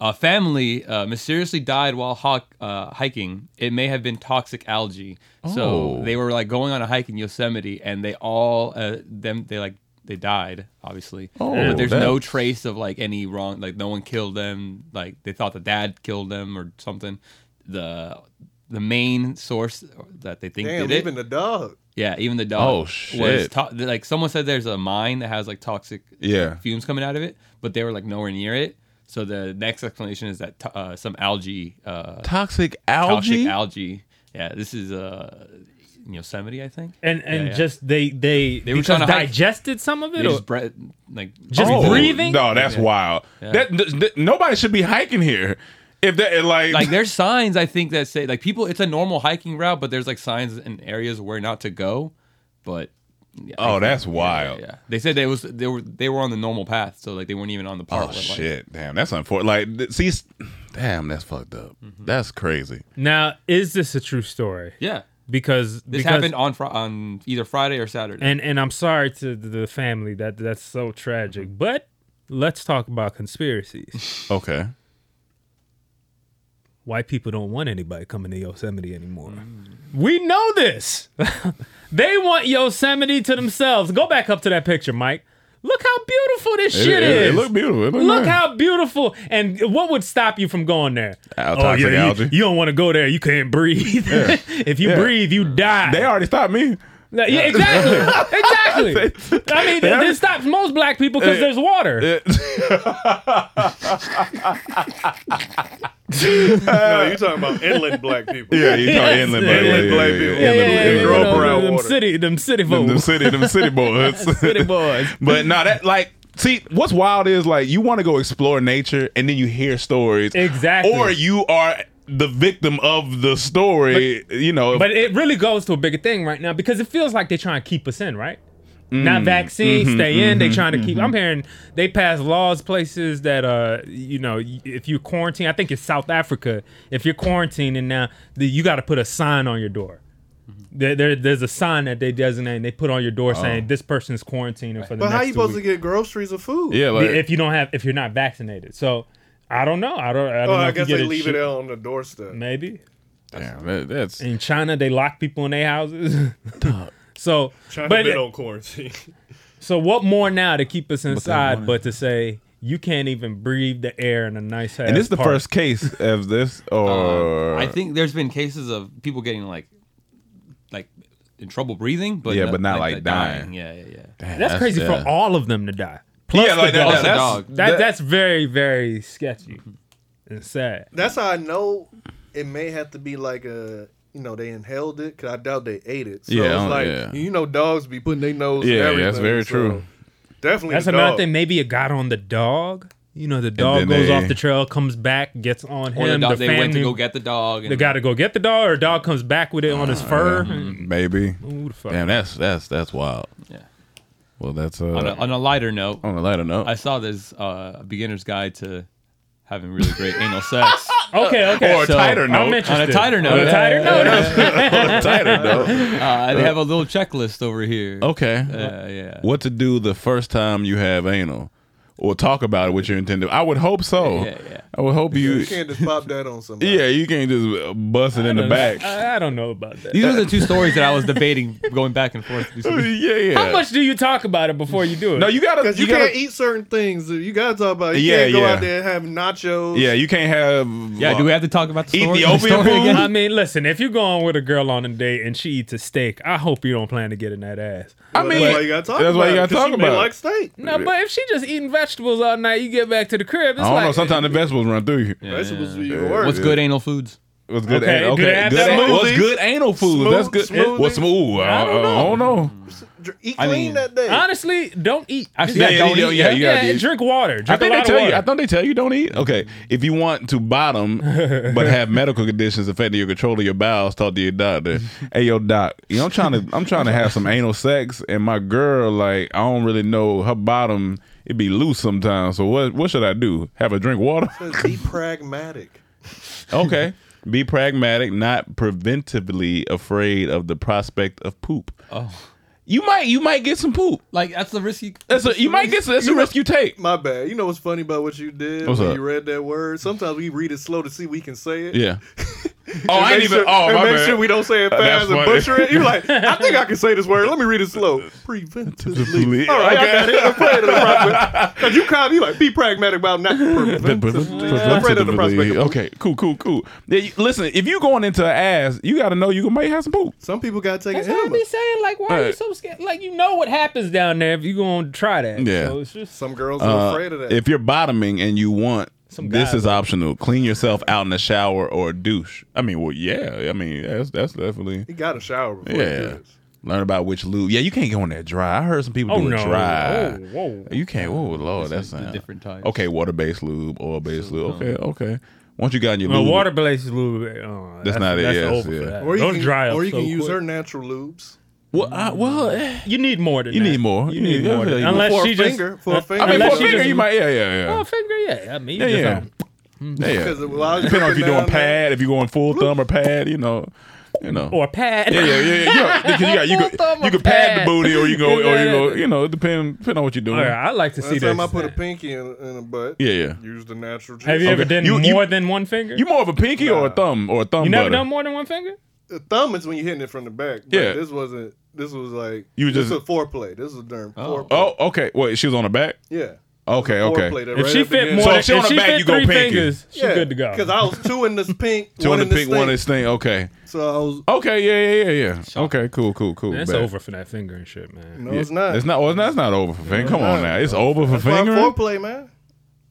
A family uh, mysteriously died while hawk, uh, hiking. It may have been toxic algae. So
Oh.
they were like going on a hike in Yosemite, and they all uh, them they like they died obviously.
Oh,
but there's no
that's-
trace of like any wrong. Like no one killed them. Like they thought the dad killed them or something. The the main source that they think
Damn,
did it.
even the dog.
Yeah, even the
Oh,
dog. Was
shit.
to- like someone said, there's a mine that has like toxic
Yeah.
fumes coming out of it, but they were like nowhere near it. So the next explanation is that to- uh, some algae, uh,
Toxic
toxic
algae?
algae. Yeah, this is uh, Yosemite, I think.
And
Yeah,
and
yeah.
just they they,
They were
because
trying to hike.
digested some of it.
They
or-
just bre- like
Just
Oh,
breathing?
No, that's
Yeah.
wild.
Yeah.
That, th- th- nobody should be hiking here. If that like
like there's signs I think that say like people it's a normal hiking route, but there's like signs in areas where not to go. But yeah, I
Oh,
think-
that's
yeah,
wild.
Yeah, they said they was they were they were on the normal path, so like they weren't even on the part.
Oh shit! Damn, that's unfortunate. Like, th- see, s- damn, that's fucked up.
Mm-hmm.
That's crazy.
Now, is this a true story?
Yeah.
Because
This
because,
happened on fr- on either Friday or Saturday.
And and I'm sorry to the- the family that that's so tragic. But let's talk about conspiracies.
Okay.
White people don't want anybody coming to Yosemite anymore.
Mm.
We know this. they want Yosemite to themselves. Go back up to that picture, Mike. Look how beautiful this
It- it-
shit is.
it look beautiful. It look nice.
how beautiful. And what would stop you from going there? Oh,
Uh, toxic
you-
algae.
You, don't want to go there. You can't breathe. if you
Yeah.
breathe, you die.
They already stopped me.
Yeah, exactly. exactly. I mean, th- this stops most black people because there's water.
no, you talking about inland black people.
Yeah, you talking inland black-
Inland
yeah,
black
yeah,
people.
yeah, yeah, yeah,
They
yeah,
grow
yeah,
up
yeah.
around
them
water.
city, them city
Them,
folks.
them city, them city boys.
city boys.
but no, that like, see, what's wild is like you want to go explore nature, and then you hear stories,
Exactly.
or you are the victim of the story. you know,
But it really goes to a bigger thing right now because it feels like they're trying to keep us in, right? Not
Mm,
vaccine,
mhm,
stay in. They
mhm,
trying to keep.
mhm.
I'm hearing they pass laws, places that uh, you know, y- if you quarantine, I think it's South Africa. If you're quarantining now, the, you got to put a sign on your door. There, there, there's a sign that they designate. and They put on your door
Oh.
saying this person is quarantining for the
But
next
how you
two
supposed
weeks.
to get groceries or food?
if you don't have, if you're not vaccinated, so I don't know. I don't. I don't
oh,
know
I
if you
guess
get
they
it
leave
shi-
it out on the doorstep.
Maybe.
Damn, that, that's
in China. They lock people in their houses. so,
China
but
been on quarantine.
so what more now to keep us inside
wanna-
but, to say you can't even breathe the air in a nice house?
and this is the first case of this,
Uh,
or
I think there's been cases of people getting like like in trouble breathing, but
Yeah, but not, like,
the
dying.
Yeah, yeah, yeah.
That's, crazy for all of them to die. Plus
Yeah, like
the
that-
dog.
that- that's-
That-
that-
that's very very sketchy and sad.
That's how I know it may have to be like a you know they inhaled it because I doubt they ate it. So
Yeah, I don't-
it's like
yeah.
you know dogs be putting their nose.
Yeah,
in
yeah,
everything,
that's very
so
true.
Definitely,
That's
the
another
dog.
thing. Maybe it got on the dog. You know, the dog
then
goes
they-
off the trail, comes back, gets on
Or
him.
the dog-
the
they went to
family-
go get the dog
They
and-
got to go get the dog, or dog comes back with it on
Uh,
his fur.
Mm, maybe.
Who the fuck
Damn, that's that's that's wild. Yeah. Well, that's uh,
on, a, on a lighter note.
On a lighter note,
I saw this uh, beginner's guide to having really great anal sex.
Okay, okay.
Or a tighter note.
On a tighter note.
On a tighter note. On a tighter note.
Uh, they have a
Oh.
little checklist over here. Uh,
Okay.
Yeah, yeah.
What to do the first time you have anal? or talk about it with your intended. I would hope so.
Yeah, yeah.
I would hope you.
You can't just pop that on somebody.
Yeah, you can't just bust it in the back.
I, I don't know about that.
These are the two stories that I was debating going back and forth.
yeah, yeah.
How much do you talk about it before you do it?
No, you gotta-
'Cause you,
gotta-
can't eat certain things. You gotta talk about. It. You
Yeah,
can't go
yeah.
out there and have nachos.
Yeah, you can't have.
Yeah, do we have to talk about the story?
I mean, listen, if you're going with a girl on a date and she eats a steak, I hope you don't plan to get in that ass.
I mean,
that's why you gotta talk
that's
about.
why you
it,
gotta
'cause
talk
she may
about it.
like steak.
No, but if she just eating vegetables all night, you get back to the crib.
I
It's
don't
like,
know. Sometimes the vegetables run through you.
Vegetables be
Yeah.
worse.
What's good anal foods?
What's good? Okay,
Okay, do they
okay.
have
Good
that?
anal- what's
Smoothies?
good anal food? That's good.
Smooth-
What's smooth? I, I don't, know.
Eat
I
clean
mean-
that day.
Honestly, don't eat.
Actually, yeah, yeah, yeah, you gotta
and
eat.
drink water. Drink
I think
a
they
lot
tell
of water.
you. I thought they tell you don't eat. Okay, if you want to bottom but have medical conditions affecting your control of your bowels, talk to your doctor. hey, yo, doc, you know, I'm trying to I'm trying to have some anal sex, and my girl like I don't really know her bottom. It be loose sometimes. So what what should I do? Have a drink water?
Says be pragmatic.
okay. Be pragmatic, not preventively afraid of the prospect of poop.
Oh.
You might you might get some poop.
Like that's the risk you.
That's a, you might get some, that's a
know-
risk you take.
My bad. You know what's funny about what you did
What's
when
up?
you read that word? Sometimes we read it slow to see we can say it.
Yeah. Oh,
And
I ain't
make
even.
sure-
oh,
and
my
make
bad.
sure we don't say it
Uh, that's
fast and
funny.
butcher it. You're like, I think I can say this word. Let me read it slow. Preventively.
Preventively.
All right,
Okay.
I got it. I'm afraid of the prospect. Cause you kind of you like be pragmatic about not preventively. I'm afraid of the prospect.
Okay, cool, cool, cool. Yeah, you- listen, if you going into an ass, you got to know you might have some poop.
Some people got to
That's what I be saying. Like, why are you
Right.
so scared? Like, you know what happens down there if you gonna try that.
Yeah.
So it's just
some girls
Uh, If you're bottoming and you want, this
guys
is optional. Clean yourself out in the shower or a douche. I mean, well, yeah. I mean, that's that's definitely.
You got a shower before. you do
Yeah.
it.
Learn about which lube. Yeah, you can't go in there dry. I heard some people
Oh,
do it
no.
dry.
Oh, whoa.
You can't. Oh, Lord, that's
the
not-
different types.
Okay, water based lube, oil based lube. Okay, okay. Once you got in your
Well,
lube,
water blazes lube. Oh,
That's not it, yes,
over for
yeah.
that.
Or you
Those
can,
Uh, dry up
or you
so
can use
quick.
her natural lubes.
Well, I, well, eh.
You need more than
you
that.
need more.
You need more.
okay,
Than, unless
For a
she just
finger- for a
uh,
finger.
I mean,
unless
for a
she
finger,
just-
you might. Yeah, yeah, yeah.
Oh, a finger, yeah. Hmm. I mean,
Yeah,
you
yeah.
just,
Yeah, yeah.
Because while
Depending on
you're
if you're
dripping
doing
down there-
pad, if you're going full thumb or pad, you know, you know,
or pad.
Yeah, yeah, yeah. yeah. You know, because you got you
Full thumb
could,
or
you could pad
pad.
the booty, or you go, or you go,
Yeah.
you know, depend depend on what you're doing.
All right, I like to
Last time I put a pinky in, in a butt.
Yeah, yeah.
Use the natural.
Have you
juice.
ever done
You- you-
more than one finger?
You more of a pinky or a thumb or a thumb?
You never
butter?
done more than one finger?
The thumb is when you're hitting it from the back. But
Yeah.
This wasn't. This was like.
You
this
just-
was foreplay. This was during foreplay.
Oh, okay. Wait, she was on the back.
Yeah.
Okay,
Foreplay
okay.
that right at the beginning.
so if she on the back, you go pinky.
Because I was two in this pink,
Two
one
on
in
the
this
pink, one
thing.
is thing. Okay.
So I was.
Okay, yeah, yeah, yeah, yeah. Okay, cool, cool, cool.
That's
bet.
over for that finger and shit, man.
No,
Yeah.
it's not.
It's not. Well, that's not over for fingering. Come on now, it's over for
That's why
fingering.
foreplay, man.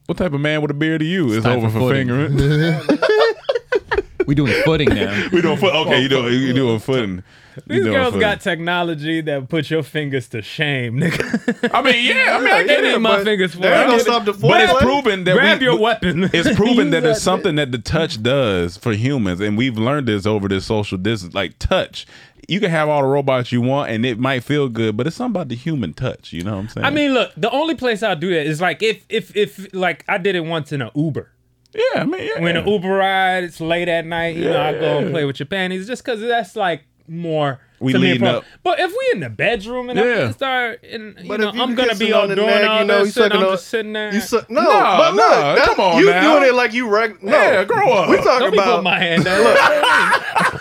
What type of man with a beard are you? It's, over for, fingering.
we doing footing now.
we doing foot. Okay, you doing you doing footing. You
These
doing
girls
footing.
got technology that put your fingers to shame, nigga.
I mean, yeah. I mean, I
They
get
need
it.
my
but-
fingers for
They
it.
ain't
I
gonna
get
stop
it.
the But it's
Foreplay.
proven that
Grab
we-
your
we-
weapon.
It's proven that
Use
it's
that
something that the touch does for humans, and we've learned this over this social distance. Like touch, you can have all the robots you want, and it might feel good, but it's something about the human touch. You know what I'm saying?
I mean, look, the only place I'll do that is like if if if like I did it once in an Uber.
Yeah, I mean,
when an Uber ride, it's late at night. You know, I go and
Yeah.
play with your panties just because that's like more.
We
to me,
leading
pro-
up.
But if we in the bedroom and
Yeah.
I'm gonna start, and you
But
know,
if you
I'm gonna
kissing
be all
on the
doing
neck,
all
you know, you
that shit. and
sucking
I'm
on-
just sitting there.
You suck, no, but look, that- you doing it like you reg- no.
Yeah, grow up.
We talking
Don't be
about
putting my hand down.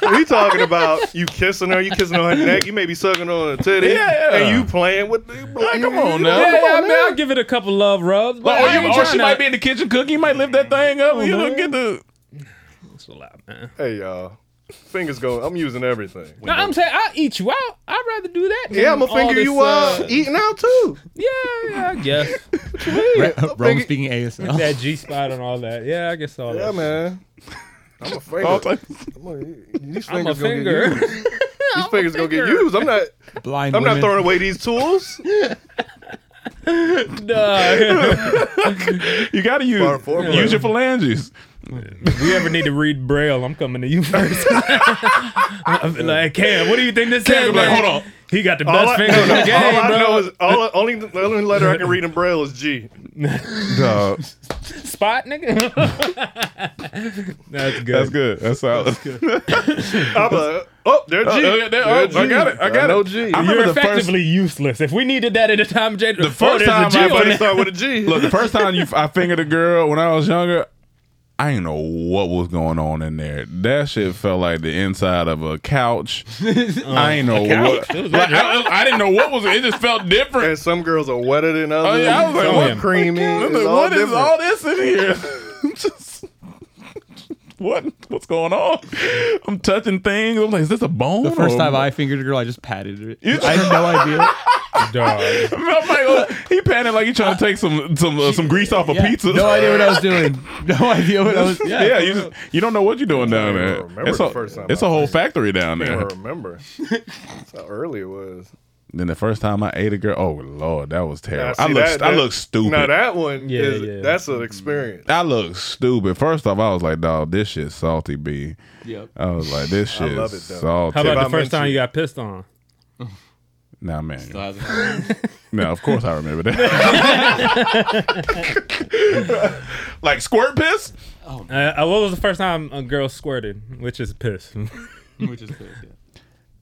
Look, we talking about you kissing her, you kissing on her neck, you may be sucking on her titty,
Yeah.
and you playing with the. Like,
come on now.
Yeah,
Come
yeah, I
on
mean, I'll give it a couple love rubs.
Like,
Like,
or
I
you-
ain't
or she
tryna-
might be in the kitchen cooking. You might lift that thing up. you know, get the.
It's a lot, man.
Hey y'all, fingers go. I'm using everything.
No, I'm saying I'll eat you out. I'd rather do that. than
Yeah, I'ma
all
finger
this,
you out
uh,
eating out too.
Yeah, yeah, I guess.
Ra- Rome speaking ASL.
that G spot and all that. Yeah, I guess all
Yeah,
that.
man. I'm a
All
finger. I'm a, these fingers
I'm a
gonna
finger.
get used. These fingers gonna get used. I'm not.
Blind
I'm not
women.
throwing away these tools.
you gotta use use your phalanges.
we ever need to read Braille, I'm coming to you first. I'm like, Cam, what do you think this
Cam,
says?
like,
man?
hold on.
He got the
All
best
I-
finger in the game,
all I
bro.
know is all, only the only letter I can read in braille is G.
Dog.
Spot, nigga. That's good.
That's good. That's solid.
I'm like, oh, there G.
Oh, oh, yeah, there- oh, I got it. I got it. I remember
You're
the first-
effectively useless. If we needed that at the time, Jay,
The first time
G
I
on
fingered-
it.
Look, the first time you I fingered a girl when I was younger, I didn't know what was going on in there. That shit felt like the inside of a couch. I ain't know
A couch?
what.
It was
Like,
like-
I, I didn't know what was. It just felt different.
And some girls are wetter than others.
Oh, yeah, I was like,
Some
what-
are creamy?
I was like,
It's all
what is
different.
all this in here? Just- what? What's going on? I'm touching things. I'm like, is this a bone?
The first
or-
time I fingered a girl, I just patted her.
You-
I had no idea.
Dog.
I'm like, oh, he panted like he trying to take some some uh, some grease off a pizza.
No idea what I was doing. No idea what I was.
Yeah,
Yeah,
you just, you don't know what you're doing down there.
remember
it's
the
a,
first time
it's a whole factory down
I
there.
don't remember. That's how early it was.
Then the first time I ate a girl, oh lord, that was terrible.
Now,
I
see,
look
that-
I
that-
look stupid.
Now that one,
Yeah,
yeah,
yeah.
that's an experience.
I look stupid. First off, I was like, dog, this shit salty, b.
Yep.
I was like, this
I
shit
love it, though.
salty.
How about the first time you got pissed on?
Nah, man. no, of course I remember that. like squirt piss?
Oh, uh, what was the first time a girl squirted? Which is piss.
Which is piss.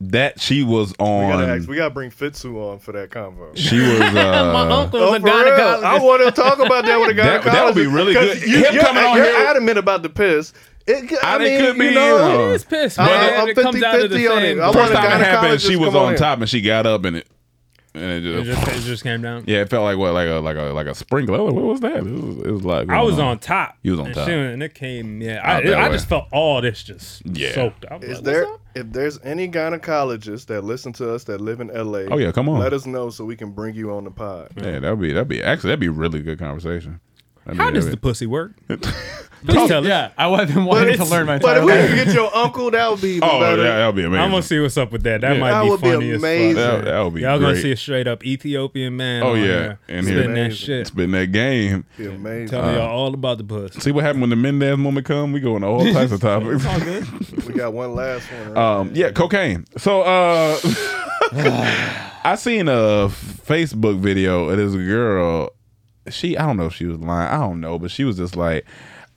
that she was
We
on.
gotta, ask, we gotta bring Fitzu on for that convo.
She was. Uh,
Oh, for real? I want to talk about that with a
That-
gynecologist.
that would be really
'cause
good.
You,
Him
you're,
coming on
you're
here-
adamant about the piss. It, could- I,
I
mean,
mean, could be.
you know,
It is piss,
I'm-
man.
I'm
It comes out of the
50-50 on it.
same-
I
first
want a
time it happened, she
gynecologist
was
come
on
here.
top and she got up and it, and it
It
just,
just, it just came down.
yeah, it felt like what, like a like a like a sprinkler. What was that? It was, it was like
I was on top.
You was on
and
top.
shit, and it came. Yeah,
Out
I,
that
I
way.
just felt all this just
Yeah.
soaked. I was
Is
like,
there if there's any gynecologists that listen to us that live in LA?
Oh, yeah, come on.
Let us know so we can bring you on the pod.
Yeah, that'd be that'd be actually that'd be really good conversation. I
How
mean,
does
that'd
the pussy work?
Talk-
yeah, I have been
But
wanting to
it's-
learn my.
But if
entire
we
life.
can get your uncle, that would be even
Oh,
better.
yeah, that'd be amazing.
I'm gonna see what's up with that. That
Yeah.
might
That
be
would be
funny as
amazing.
fuck.
That- that would be
Y'all gonna
great.
see a straight up Ethiopian man.
Oh
on
yeah,
here
and
spitting
here
that shit.
spitting that game.
Be amazing.
Tell
Uh,
y'all all about the puss.
See what happened when the Mendez moment come? We go into all types of topics.
we got one last one. Right?
Um, yeah, cocaine. So uh I seen a Facebook video of this girl. She I don't know if she was lying. I don't know, but she was just like,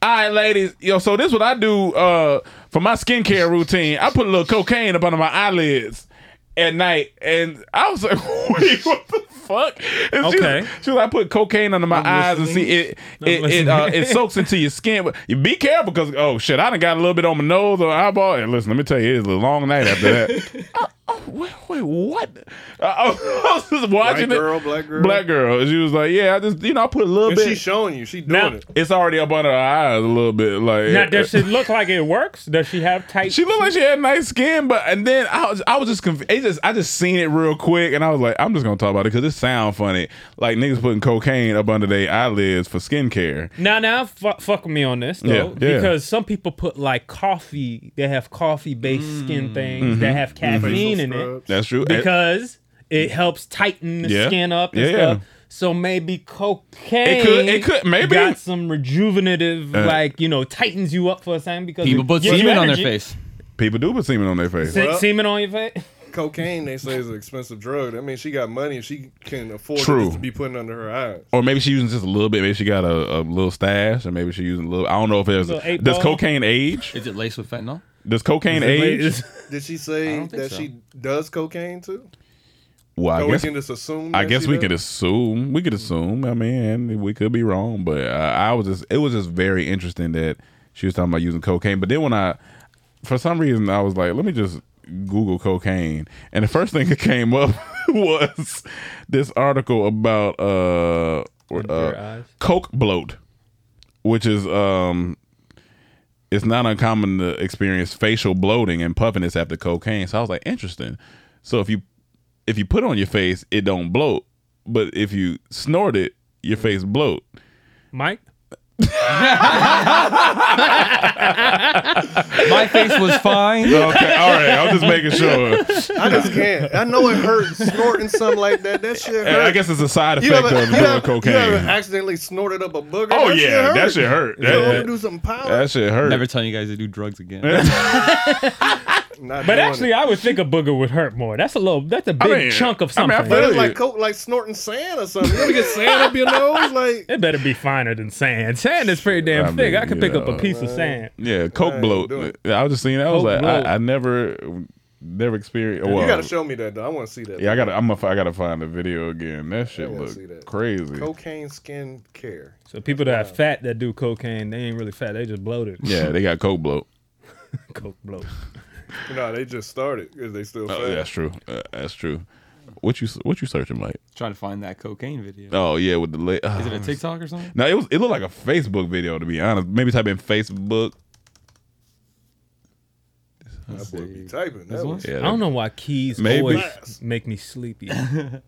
All right, ladies, yo, so this what I do uh for my skincare routine. I put a little cocaine up under my eyelids at night and I was like, Wait, what the fuck? And she was-
Okay.
She was like, I put cocaine under my eyes and see it
I'm
it it, uh,
listening.
it soaks into your skin. But you be careful because oh shit, I done got a little bit on my nose or eyeball. And listen, let me tell you, it's a long night after that. Oh, Wait, what? I, I was just watching it.
White girl, black girl?
Black girl. And She was like, yeah, I just you know, I put a little
And
bit.
she's showing you. She doing
Now-
it.
it's already up under her eyes a little bit. Like
Now, does she look like it works? Does she have tight?
She looked like she had nice skin, but and then I was I was just confused. It just I just seen it real quick, and I was like, I'm just gonna talk about it because it sound funny. Like niggas putting cocaine up under their eyelids for skincare.
Now, now, fuck, fuck with me on this though,
Yeah, yeah.
because some people put like coffee. They have coffee-based skin things
Mhm.
that have caffeine
Facial
in it.
Mm. scrubs.
That's true. Eh.
because it helps tighten the
Yeah.
skin up and
Yeah, yeah.
stuff. So maybe cocaine.
It could- it could- maybe.
got some rejuvenative,
Uh,
like you know, tightens you up for a second because
People
it
put
gives you
semen on their
energy.
face.
People do put semen on their face.
Se- semen on your face.
Cocaine, they say, is an expensive drug. That means she got money and she can afford it
True.
just to be putting under her eyes.
Or maybe she using just a little bit. Maybe she got a, a little stash, or maybe she using a little. I don't know if there's.
Little eight
Does
ball.
cocaine age?
Is it laced with fentanyl?
Does cocaine
Is it
age?
laced-
Did she say that
so.
she does cocaine too?
Well, I
So we
guess
can just assume
I
that
guess
she
we
does?
could assume. We could assume. I mean, we could be wrong, but uh, I was just. It was just very interesting that she was talking about using cocaine. But then when I, for some reason, I was like, let me just Google cocaine, and the first thing that came up was this article about uh,
your
uh
eyes.
coke bloat, which is um it's not uncommon to experience facial bloating and puffiness after cocaine. So I was like, interesting. So if you if you put it on your face, it don't bloat, but if you snort it, your face bloat.
Mike.
My face was fine.
Okay, all right. I'm just making sure.
I just can't. I know it hurts snorting something like that. That shit hurts.
And I guess it's a side
You
effect
ever-
of
you
doing
ever-
cocaine.
You ever accidentally snorted up a booger?
Oh,
that
yeah,
shit
that shit hurt.
You ever
That-
do something powerful?
That shit hurt.
Never telling you guys to do drugs again.
not
But
doing
actually,
it.
I would think a booger would hurt more. That's a little. That's a big
mean,
chunk of
I mean,
something.
I feel it's like co- like snorting sand or something. You ever get sand up your nose? Like
it better be finer than sand. Sand is pretty damn
I
thick.
mean,
I could
you
pick up a
know.
piece of sand.
Yeah, coke bloat. I was just seeing. That. I was
Coke
like,
bloat.
I, I never, never experienced. Well,
you gotta show me that though. I want to see that.
yeah, I gotta. I'm. A, I gotta find the video again. That shit
wanna
look
see that.
crazy.
Cocaine skin care.
So people that are fat that do cocaine, they ain't really fat. They just bloated.
Yeah, they got coke bloat.
coke bloat.
No, they just started because they still.
Oh,
fat.
that's true. Uh, that's true. What you what you searching, Mike?
Trying to find that cocaine video.
Oh yeah, with the la-
Is it a TikTok or something?
No, it was. It looked like a Facebook video to be honest. Maybe type in Facebook.
That boy be typing. That was,
Yeah,
I don't know why keys
Maybe-
always make me sleepy.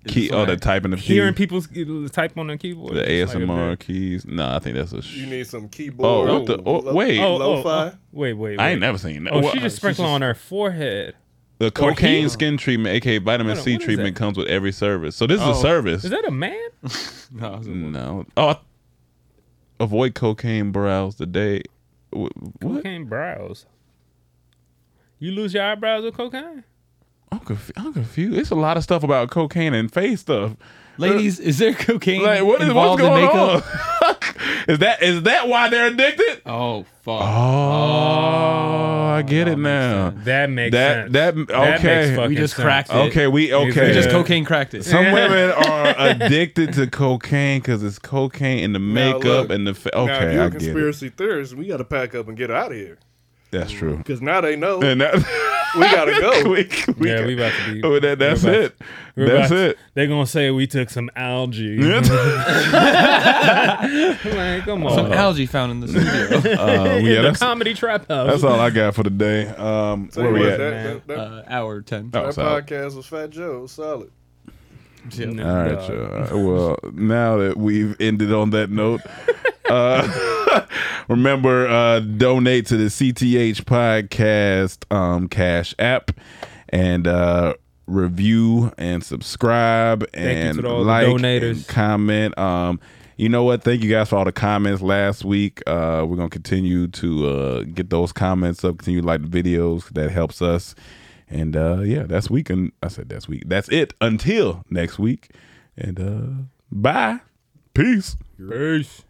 Key- oh, the typing of
hearing
keys.
people s- type on their keyboard.
The
It's like a
ASMR
bit-
keys. No, I think that's a. Sh-
You need some keyboard.
oh, what the? Oh, wait.
Oh, oh, oh, wait, wait,
I
wait.
ain't never seen that.
Oh,
What-
she just sprinkled on her forehead.
The
Or he-
cocaine skin treatment, aka vitamin
Hold on,
C
what is
treatment,
that?
comes with every service. So this is
Oh.
a service.
Is that a man?
no.
No. Oh, I- avoid cocaine brows today. Wh- What?
Cocaine brows. You lose your eyebrows with cocaine?
I'm, conf- I'm confused. It's a lot of stuff about cocaine and face stuff.
Ladies, is there cocaine
Like what is what's
involved in
going on?
makeup?
is that is that why they're addicted?
Oh fuck.
Oh, I get it now.
That makes
that,
sense.
That
That makes
okay.
fucking We just sense. cracked it.
Okay, we
We
okay.
just
cocaine cracked it.
Some women are addicted to cocaine because it's cocaine and the
Now,
makeup
look,
and the fa-
now, if
okay.
you're
I
a
get it.
conspiracy theorist, we got to pack up and get out of here
That's true.
because now they know.
And that-
we gotta go.
We- we
yeah,
got-
we about to be.
Oh, that- that's
we're about-
it.
we're
That's
about-
it. Uh,
They're gonna say we took some algae. like, come on.
Some algae found in the studio.
Uh, yeah,
In the
that's-
comedy trap house.
That's all I got for today. Um,
Tell
where
you
we
what,
at?
that- that- that-
uh, hour ten.
Oh,
that
sorry.
podcast was Fat Joe, solid.
All right, y'all. Well, now that we've ended on that note, uh, remember uh, donate to the CTH podcast um, cash app and uh, review and subscribe
you
and
to all the
like
donators.
and comment. Um, you know what? Thank you guys for all the comments last week. Uh, we're gonna continue to uh, get those comments up. Continue to like the videos. That helps us. And uh, yeah, that's week. And I said that's week. That's it. Until next week. And uh, bye. Peace.
Peace.